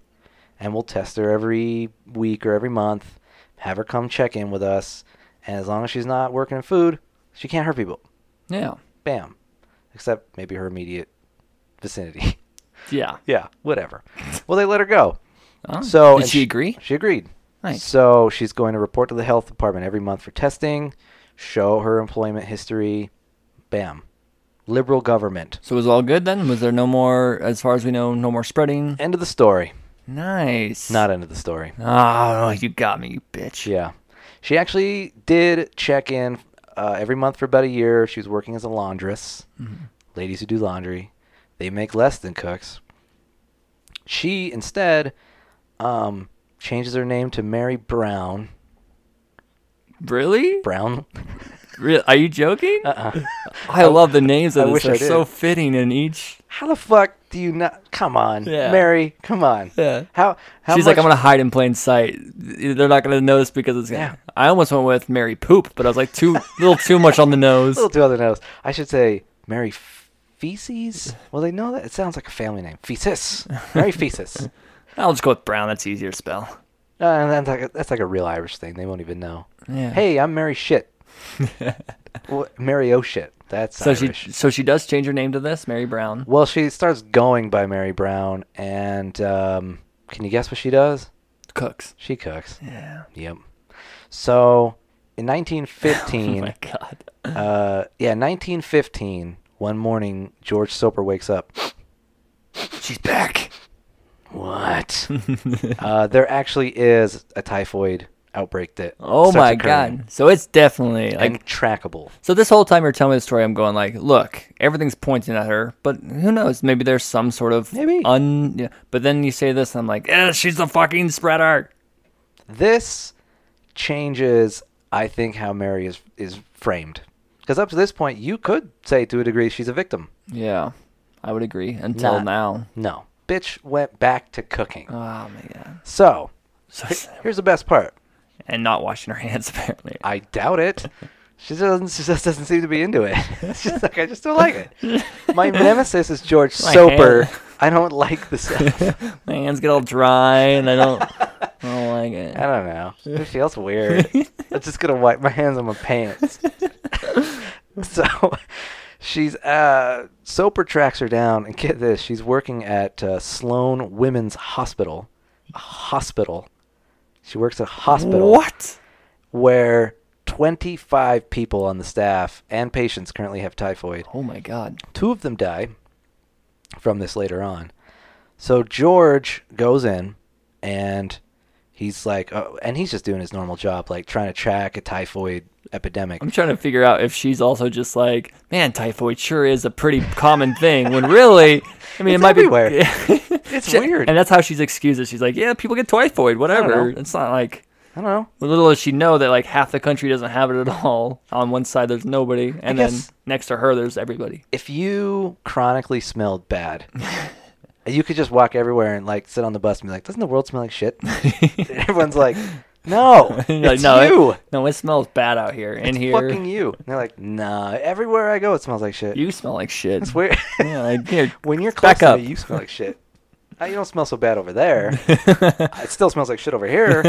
and we'll test her every week or every month, have her come check in with us, and as long as she's not working in food, she can't hurt people.
yeah,
Bam. Except maybe her immediate vicinity.
yeah.
Yeah, whatever. Well, they let her go.
Oh,
So
did
and
she agree?
She agreed.
Nice.
So she's going to report to the health department every month for testing, show her employment history. Bam. Liberal government.
So it was all good then? Was there no more, as far as we know, no more spreading?
End of the story.
Nice.
Not end of the story.
Oh, you got me, you bitch.
Yeah. She actually did check in uh, every month for about a year. She was working as a laundress.
Mm-hmm.
Ladies who do laundry, they make less than cooks. She instead um, changes her name to Mary Brown.
Really?
Brown.
Re- Are you joking?
Uh-uh.
I love the names
I
of this.
wish I
They're so
did.
fitting in each.
How the fuck do you not? Come on,
Yeah.
Mary. Come on.
Yeah.
How? How
She's
much,
like, I'm gonna hide in plain sight. They're not gonna notice because it's.
Yeah.
Gonna... I almost went with Mary Poop, but I was like too little too much on the nose.
little too other nose. I should say Mary Feces. Well, they know that it sounds like a family name. Feces. Mary Feces.
I'll just go with brown. That's easier to spell.
Uh, that's, like a, that's like a real Irish thing. They won't even know.
Yeah.
Hey, I'm Mary Shit. Well, Mary O Shit. That's
So
Irish.
she so she does change her name to this, Mary Brown.
Well, she starts going by Mary Brown, and um, can you guess what she does?
Cooks.
She cooks.
Yeah.
Yep. So in
Oh
1915,
my god.
uh, yeah, 1915, one morning, George Soper wakes up.
She's back.
What? uh, there actually is a typhoid outbreak that.
Oh
starts
my
occurring
god. So it's definitely like
And trackable.
So this whole time you're telling me the story, I'm going like, look, everything's pointing at her, but who knows? Maybe there's some sort of
Maybe.
un. Yeah. But then you say this, and I'm like, eh, she's the fucking spreader.
This changes, I think, how Mary is is framed. Because up to this point, you could say to a degree she's a victim.
Yeah, I would agree. Until
Not-
now.
No, bitch went back to cooking.
Oh my god.
So
So,
here's the best part.
and not washing her hands apparently.
I doubt it. She doesn't. She just doesn't seem to be into it. She's like, I just don't like it. My nemesis is George
My
Soper.
hand.
I don't like the stuff.
my hands get all dry, and I don't. I don't like
I
it.
don't know. It feels weird. I'm just gonna wipe my hands on my pants. so she's uh Soper tracks her down and get this, she's working at uh, Sloan Women's Hospital. A hospital. She works at a hospital
What?
where 25 people on the staff and patients currently have typhoid.
Oh my god.
Two of them die from this later on. So George goes in and he's like, oh, and he's just doing his normal job, like trying to track a typhoid epidemic.
I'm trying to figure out if she's also just like, man, typhoid sure is a pretty common thing. When really, I mean,
It's
it might
everywhere.
be.
It's
She-
weird.
And that's how she's excused it. She's like, yeah, people get typhoid, whatever.
know.
It's not like,
I don't know.
little does she know that like half the country doesn't have it at all. On one side, there's nobody. And then
guess-
next to her, there's everybody.
If you chronically smelled bad, you could just walk everywhere and like sit on the bus and be like, doesn't the world smell like shit? And everyone's like, no,
Like,
it's
no,
you.
It, no, it smells bad out here. In
it's
here,
fucking you. And they're like, nah, everywhere I go, it smells like shit.
you smell like shit.
it's weird.
Yeah, like, here,
When you're close
Back
to
up.
me, you smell like shit. Uh, You don't smell so bad over there. it still smells like shit over here.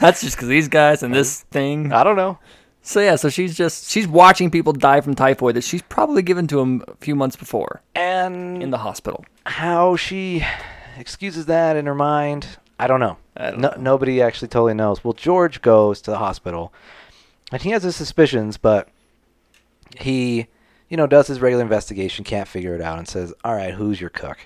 that's just because these guys and this thing.
I don't know.
So yeah, so she's just she's watching people die from typhoid that she's probably given to him a few months before
And
in the hospital.
how she excuses that in her mind, I don't know.
I don't
no,
know.
Nobody actually totally knows. Well, George goes to the hospital, and he has his suspicions, but he you know, does his regular investigation, can't figure it out, and says, "All right, who's your cook?"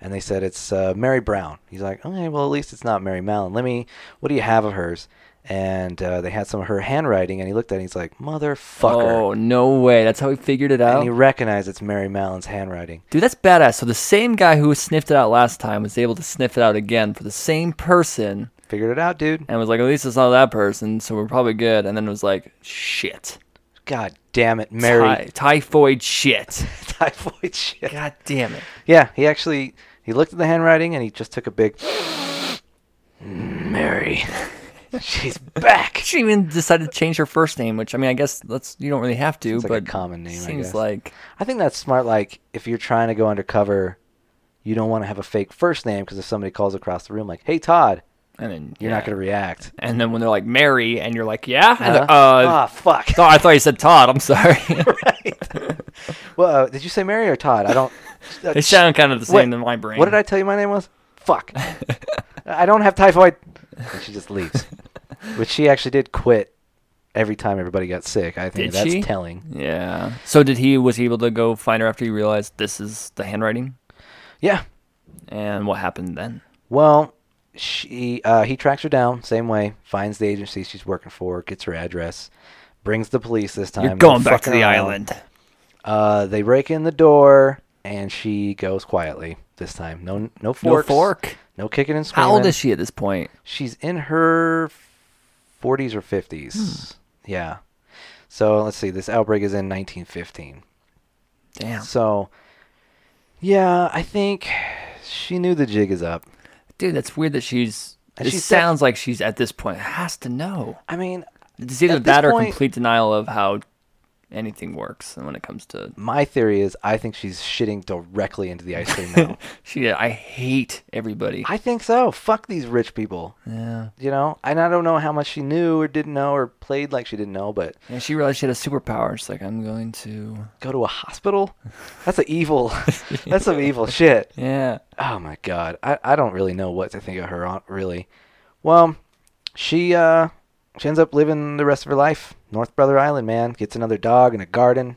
And they said it's uh, Mary Brown. He's like, "Okay, well, at least it's not Mary Mallon. Let me. What do you have of hers?" And uh, they had some of her handwriting, and he looked at it. and He's like, "Motherfucker!"
Oh no way! That's how he figured it
And he
out,
recognized it's Mary Mallon's handwriting.
dude. That's badass. So the same guy who sniffed it out last time was able to sniff it out again for the same person,
Figured it out, dude.
and was like, at least it's not that person, so we're probably good. And then it was like, shit,
God damn it, Mary.
Ty- typhoid shit.
Typhoid shit.
God damn it.
Yeah, he actually he looked at the handwriting and he just took a big Mary. She's back.
She even decided to change her first name, which I mean, I guess that's you don't really have to,
It's like
but
a common name, I
seems
guess.
like
I think that's smart. Like if you're trying to go undercover, you don't want to have a fake first name because if somebody calls across the room like, "Hey Todd,"
and then
you're not
yeah.
going to react.
And then when they're like Mary, and you're like, yeah, and,
Huh?
uh,
Ah, fuck.
oh, I thought you said Todd. I'm sorry.
well, uh, did you say Mary or Todd? I don't.
they sound kind of the same
Wait,
in my brain.
What did I tell you my name was? Fuck. I don't have typhoid. And she just leaves. Which she actually did quit every time everybody got sick. I think
Did
that's
she?
telling.
Yeah. So did he? Was he able to go find her after he realized this is the handwriting?
Yeah.
And what happened then?
Well, she uh, he tracks her down same way, finds the agency she's working for, gets her address, brings the police this time.
You're
no
going back to
fucking
the
around.
island.
Uh, they break in the door, and she goes quietly this time. No, no forks,
No fork.
no kicking and screaming.
How old is she at this point?
She's in her 40s or 50s. Yeah. So let's see. This outbreak is in 1915.
Damn,
So, yeah, I think she knew the jig is up.
dude, that's weird that she's.
And
It
she's def-
sounds like she's at this point has to know.
I mean,
It's either
At this
that or
point-
complete denial of how anything works when it comes to
my theory is I think she's shitting directly into the ice cream now.
she. I hate everybody.
I think so. Fuck these rich people.
yeah.
You know, and I don't know how much she knew or didn't know or played like she didn't know, but
And she realized she had a superpower. She's like, I'm going to.
go to a hospital? That's a evil. that's some evil shit.
Yeah.
oh my god I, I don't really know what to think of her aunt really well she uh she ends up living the rest of her life north brother island man gets another dog and a garden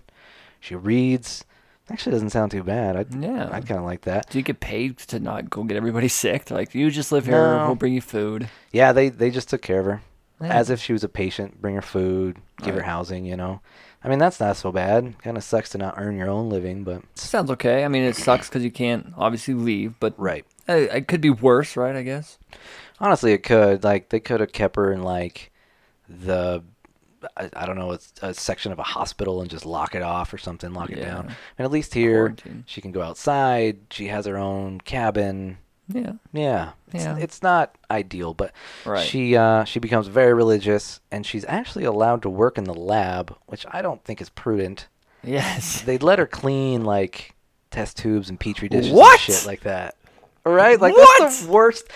she reads actually doesn't sound too bad i
Yeah.
i kind of like that
Do you get paid to not go get everybody sick? They're like, you just live here.
No.
We'll bring you food.
yeah they they just took care of her
Yeah.
as if she was a patient bring her food give her
Right.
housing you know i mean that's not so bad kind of sucks to not earn your own living but
Sounds okay. I mean, it sucks because you can't obviously leave, but
right
uh, it could be worse, right? I guess.
Honestly, it could. Like they could have kept her in like the I, I don't know, it's a section of a hospital and just lock it off or something, lock it
Yeah.
down. And at least here
Quarantine.
she can go outside. She has her own cabin.
Yeah.
Yeah. It's,
Yeah.
it's not ideal, but
Right.
she uh, she becomes very religious and she's actually allowed to work in the lab, which I don't think is prudent.
Yes.
They'd let her clean like test tubes and petri dishes
What?
and shit like that. Right? Like that's the worst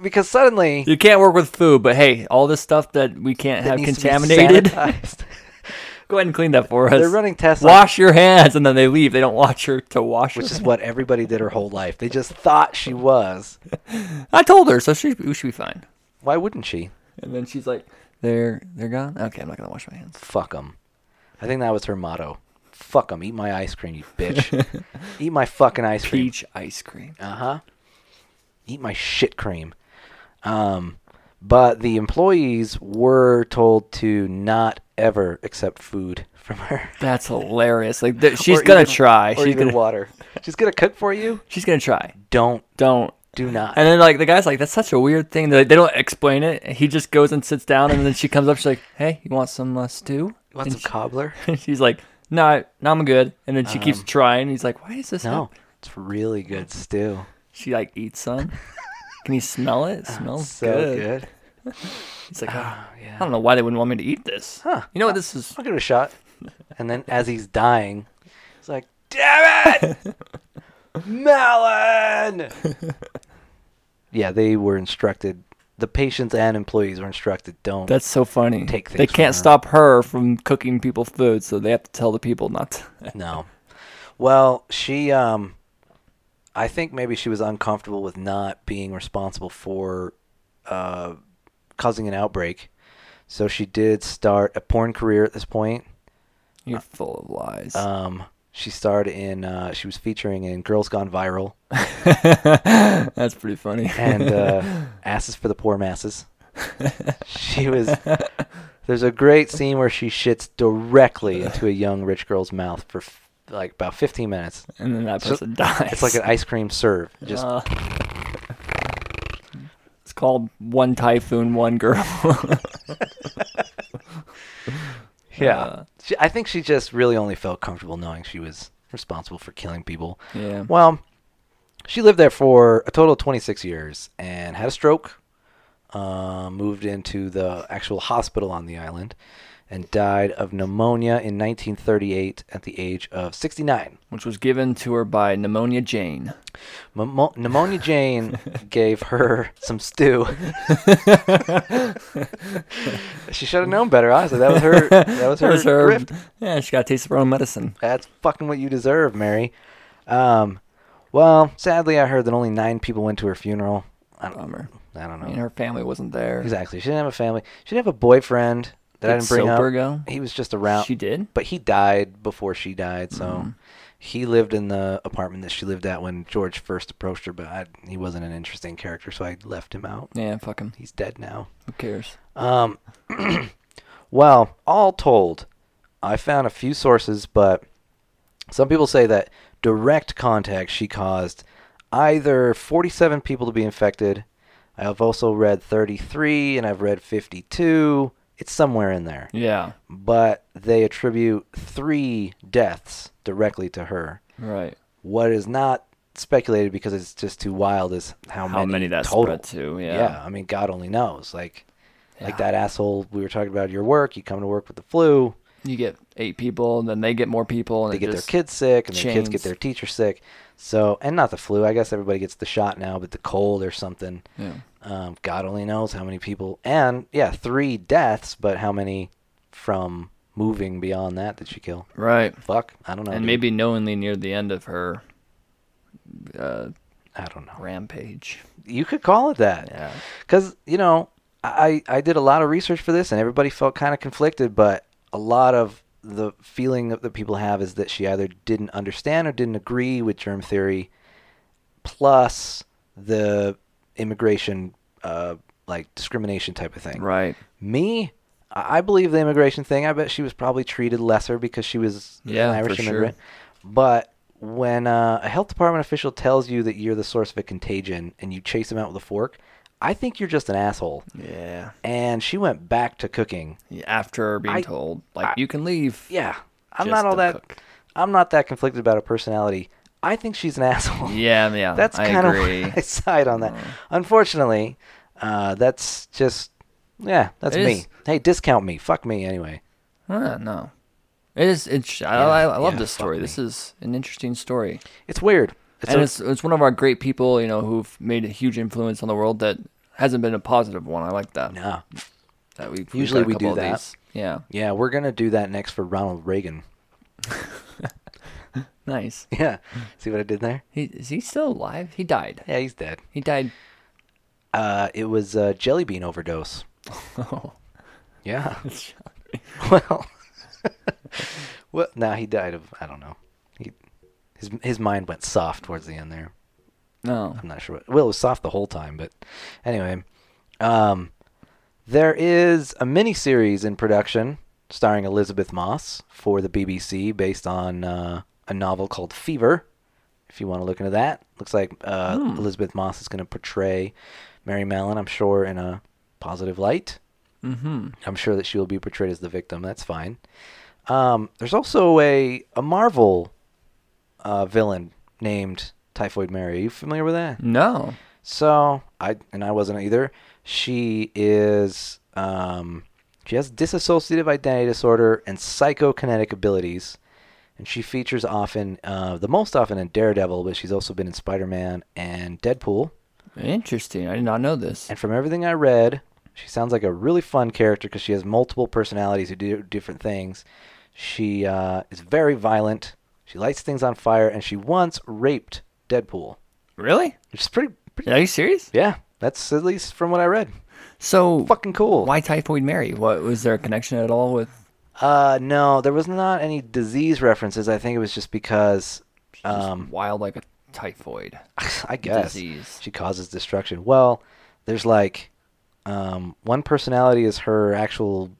because suddenly
You can't work with food, but hey, all this stuff that we can't
that
have
needs to be
contaminated,
sanitized.
go ahead and clean that for us.
They're running tests, on-
Wash your hands, and then they leave. They don't watch her to wash.
which
her.
is what everybody did her whole life. They just thought she was.
I told her, so she we should be fine.
Why wouldn't she?
And then she's like, "They're they're gone. Okay, I'm not gonna wash my hands."
Fuck 'em. I think that was her motto. Fuck 'em. Eat my ice cream, you bitch. Eat my fucking ice cream.
Peach ice cream.
Uh huh. Eat my shit cream. Um, but the employees were told to not ever accept food from her.
That's hilarious. Like th- she's
Or
gonna
even-
try.
Or
She's
even
gonna
water. She's gonna cook for you.
she's gonna try.
Don't.
Don't.
Do not.
And then like the guy's like, "That's such a weird thing." They, they don't explain it. He just goes and sits down, and then she comes up. She's like, "Hey, you want some uh, stew?"
Want
and
some cobbler?
she- she's like, "No, I- no, I'm good." And then she keeps trying. He's like, "Why is this?"
No,
hap-"
it's really good stew.
She like eats some. Can you smell it? It smells
so
Ah, good.
Oh, good. Oh,
He's like, "Ah,
yeah.
I don't know why they wouldn't want me to eat this.
Huh.
You know what? This is
I'll give it a shot. And then as he's dying, he's like, "Damn it, melon!" yeah, they were instructed. The patients and employees were instructed, "Don't."
That's so funny.
Take
they
things from her.
can't stop her from cooking people food, so they have to tell the people not to.
no. Well, she, um, I think maybe she was uncomfortable with not being responsible for uh, causing an outbreak, so she did start a porn career at this point.
You're full of lies.
Um, She starred in. Uh, she was featuring in Girls Gone Viral
That's pretty funny.
and uh, Asses for the Poor Masses. She was. There's a great scene where she shits directly into a young rich girl's mouth for f- like about 15 minutes.
and then that
so-
person dies.
It's like an ice cream serve. Just
Uh, it's called One Typhoon, One Girl.
yeah.
uh,
she, I think she just really only felt comfortable knowing she was responsible for killing people.
yeah.
Well, she lived there for a total of 26 years and had a stroke, uh, moved into the actual hospital on the island, and died of pneumonia in 1938 at the age of 69.
Which was given to her by Pneumonia Jane.
Mimo- pneumonia Jane gave her some stew. she should have known better, honestly. That was her. That was her, grift.
Yeah, she got a taste of her own medicine.
That's fucking what you deserve, Mary. Um, well, sadly, I heard that only nine people went to her funeral. I don't,
Bummer.
I don't
I
know.
mean, her family wasn't there.
Exactly. She didn't have a family. She didn't have a boyfriend that I
Did
didn't bring
Soper
up.
go?
He was just around.
She Mm. did?
But he died before she died, so he lived in the apartment that she lived at when George first approached her, but I, he wasn't an interesting character, so I left him out.
Yeah, fuck him.
He's dead now.
Who cares?
Um, well, all told, I found a few sources, but some people say that direct contact she caused either 47 people to be infected. I've also read 33 and I've read 52. It's somewhere in there.
Yeah.
But they attribute three deaths directly to her.
Right.
What is not speculated because it's just too wild is how,
How many, that
total.
spread to? Yeah.
Yeah, I mean, God only knows. Like,
Yeah.
like that asshole we were talking about at your work. You come to work with the flu.
You get eight people, and then they get more people, and
They
it
get their
just-
kids sick, and their kids get
chains.
their teacher sick. So, and not the flu. I guess everybody gets the shot now, but the cold or something.
Yeah.
Um, God only knows how many people. And yeah, three deaths, but how many from moving beyond that did she kill?
Right.
Fuck, I don't know.
and
dude.
maybe knowingly near the end of her uh,
I don't know.
rampage.
You could call it that.
Yeah.
because you know I I did a lot of research for this, and everybody felt kind of conflicted, but a lot of the feeling that that people have is that she either didn't understand or didn't agree with germ theory, plus the immigration uh, like discrimination type of thing.
Right.
Me, I I believe the immigration thing. I bet she was probably treated lesser because she was
Yeah,
an Irish
for sure.
immigrant. But when uh, a health department official tells you that you're the source of a contagion and you chase them out with a fork, I think you're just an asshole.
Yeah.
And she went back to cooking.
After being
I-
told, like,
I-
you can leave.
Yeah, I'm
Just
not all
to
that.
cook.
I'm not that conflicted about her personality. I think she's an asshole.
Yeah, yeah.
that's
I
kind of
agree. Mm.
where I side on that. Unfortunately, uh, that's just yeah, that's
It
me.
is-
Hey, discount me. Fuck me anyway.
Huh, Uh, no. It is interesting. I,
Yeah,
I, I love
yeah,
this
fuck
story. This is an interesting story.
It's weird. It's
and
a-
it's, it's one of our great people, you know, who've made a huge influence on the world that hasn't been a positive one. I like that.
No.
that we've, we've
Usually
got a
we
couple
do
of
that.
these. Yeah.
Yeah, we're gonna do that next for Ronald Reagan.
Nice.
Yeah. See what I did there?
He, is he still alive? He died.
Hmm. Yeah, he's dead.
He died.
Uh, it was a jelly bean overdose.
Oh.
Yeah. well. well, now he died of I don't know. He his his mind went soft towards the end there.
No.
I'm not sure. What, well, it was soft the whole time, but anyway, um, there is a mini series in production starring Elizabeth Moss for the BBC, based on uh, a novel called Fever. If you want to look into that, looks like uh, Elizabeth Moss is going to portray Mary Mallon. I'm sure in a positive light.
Mm-hmm.
I'm sure that she will be portrayed as the victim. That's fine. Um, there's also a a Marvel uh, villain named Typhoid Mary. Are you familiar with that?
No.
So I and I wasn't either. She is um, she has dissociative identity disorder and psychokinetic abilities, and she features often uh, the most often in Daredevil, but she's also been in Spider Man and Deadpool.
Interesting. I did not know this.
And from everything I read, she sounds like a really fun character because she has multiple personalities who do different things. She uh, is very violent. She lights things on fire, and she once raped Deadpool,
Really?
which is pretty. pretty
Are you serious?
yeah, that's at least from what I read.
So
Fucking cool.
why typhoid Mary? What was there a connection at all with?
Uh, no, there was not any disease references. I think it was just because,
Um,
um,
wild like a typhoid
I guess
disease.
she causes destruction. Well, there's like, um, one personality is her actual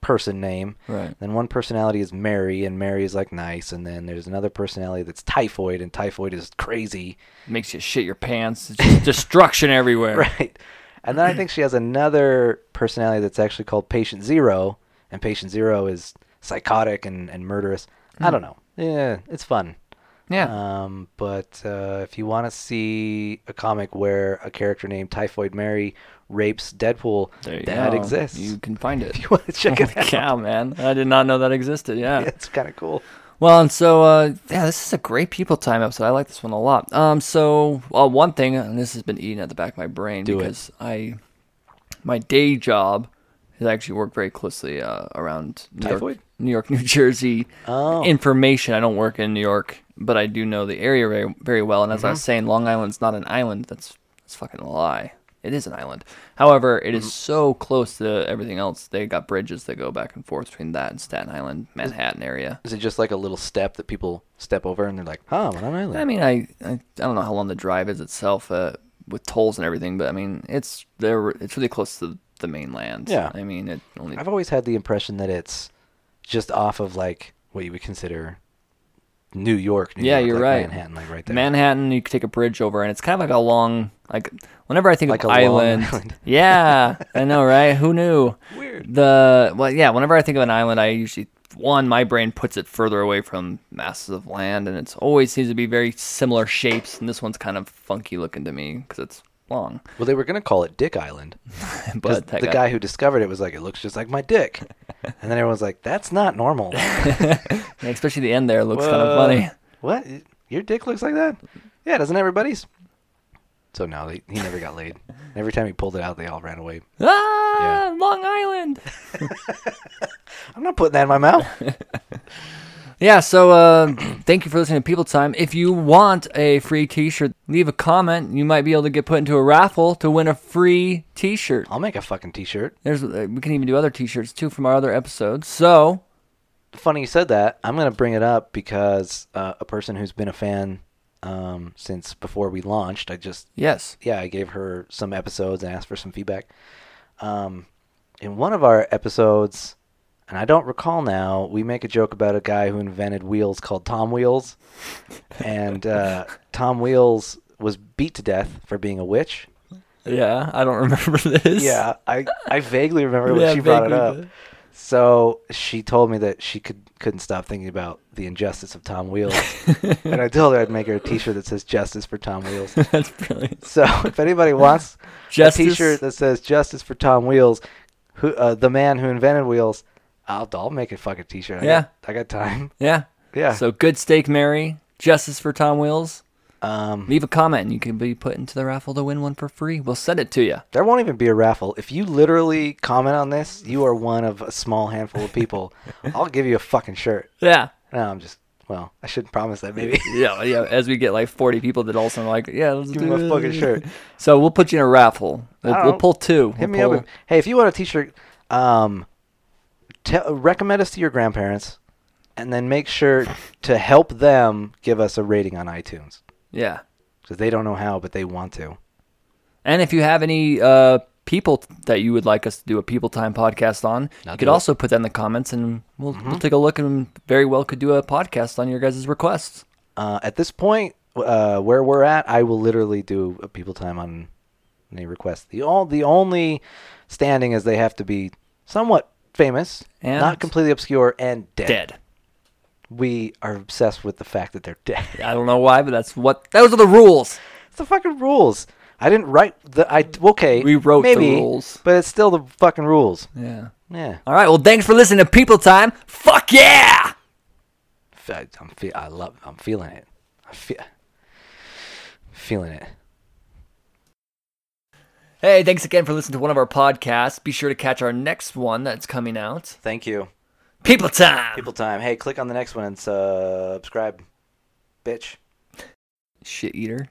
person name.
Right.
Then one personality is Mary, and Mary is like nice. And then there's another personality that's typhoid, and typhoid is crazy.
Makes you shit your pants. It's just destruction everywhere.
Right. And then I think she has another personality that's actually called Patient Zero, and Patient Zero is psychotic and, and murderous. I don't know. Yeah, it's fun.
Yeah.
Um, but uh, if you want to see a comic where a character named Typhoid Mary rapes Deadpool,
There you
that
go.
exists.
You can find it.
If you want to check it
Holy
out,
cow, man! I did not know that existed. Yeah.
it's kind of cool.
Well, and so uh, yeah, this is a great people time episode. I like this one a lot. Um, so uh, one thing, and this has been eating at the back of my brain
Do it.
because I, my day job, has actually worked very closely uh, around New York,
Typhoid?
New York, New Jersey
Oh.
information. I don't work in New York, but I do know the area very, very well. And as
Mm-hmm.
I was saying, Long Island's not an island. That's that's fucking a lie. It is an island. However, it
Mm-hmm.
is so close to everything else. They got bridges that go back and forth between that and Staten Island, Manhattan area.
Is it just like a little step that people step over and they're like, "Huh, I'm on an
I
island."
mean, I, I I don't know how long the drive is itself uh, with tolls and everything, but I mean, it's there. It's really close to the mainland.
Yeah.
I mean, it only
I've always had the impression that it's just off of like what you would consider New York. New
Yeah,
York,
you're
like
right.
Manhattan, like right there.
Manhattan. You could take a bridge over, and it's kind of like a long like. Whenever I think
Like a
of
long
island,
island.
yeah, I know, right? Who knew?
Weird.
The well, yeah. Whenever I think of an island, I usually one my brain puts it further away from masses of land, and it's always seems to be very similar shapes. And this one's kind of funky looking to me because it's long.
Well, they were gonna call it Dick Island, 'cause
But that
the guy who discovered it was like, "It looks just like my dick," and then everyone's like, "That's not normal."
Yeah, especially the end there looks kind
Whoa.
of funny.
What? Your dick looks like that? Yeah, doesn't everybody's? So no, he, he never got laid. And Every time he pulled it out, they all ran away.
Ah, Long Island.
I'm not putting that in my mouth.
Yeah, so uh, thank you for listening to People Time. If you want a free T-shirt, leave a comment. You might be able to get put into a raffle to win a free T-shirt.
I'll make a fucking t-shirt.
There's uh, we can even do other T-shirts too from our other episodes. So
Funny you said that. I'm gonna bring it up because uh, a person who's been a fan um, since before we launched. I just
yes,
yeah, I gave her some episodes and asked for some feedback. Um, in one of our episodes, and I don't recall now, we make a joke about a guy who invented wheels called Tom Wheels, and uh, Tom Wheels was beat to death for being a witch.
yeah, I don't remember this.
Yeah, I, I vaguely remember when
Yeah,
she brought it
vaguely
up.
did.
So she told me that she could couldn't stop thinking about the injustice of Tom Wheels, and I told her I'd make her a T-shirt that says "Justice for Tom Wheels."
that's brilliant.
So if anybody wants
Justice-
a T-shirt that says "Justice for Tom Wheels," who uh, the man who invented wheels, I'll I'll make a fucking T-shirt. I
Yeah.
got, I got time.
Yeah,
Yeah.
So good steak, Mary. Justice for Tom Wheels.
Um,
Leave a comment, and you can be put into the raffle to win one for free. We'll send it to you.
there won't even be a raffle if you literally comment on this. You are one of a small handful of people. I'll give you a fucking shirt.
Yeah.
No, I'm just well, I shouldn't promise that. Maybe
yeah, yeah. As we get like forty people that also are like, yeah, let's
give
do
me a
it.
fucking shirt.
So we'll put you in a raffle. We'll,
I
we'll
don't-
pull two.
Hit
We'll
me up.
pull-
If, hey, if you want a T-shirt, um, te- recommend us to your grandparents, and then make sure to help them give us a rating on iTunes.
Yeah.
because they don't know how, but they want to.
And if you have any uh, people t- that you would like us to do a people time podcast on,
Now
you
do
could
it. Mm-hmm.
also put that in the comments, and we'll we'll take a look, and very well could do a podcast on your guys' requests.
Uh, at this point, uh, where we're at, I will literally do a people time on any request. The all the only standing is they have to be somewhat famous,
And-
not completely obscure, and dead.
Dead.
We are obsessed with the fact that they're dead.
I don't know why, but that's what. Those are the rules.
it's the fucking rules. I didn't write the I okay.
We wrote the
maybe,
rules.
but it's still the fucking rules.
Yeah.
Yeah,
All right. Well, thanks for listening to People Time. Fuck yeah.
Fe- I'm fe- I love. I'm feeling it. I feel feeling it.
Hey, thanks again for listening to one of our podcasts. Be sure to catch our next one that's coming out.
Thank you.
People time.
People time. Hey, click on the next one and subscribe, bitch.
Shit eater.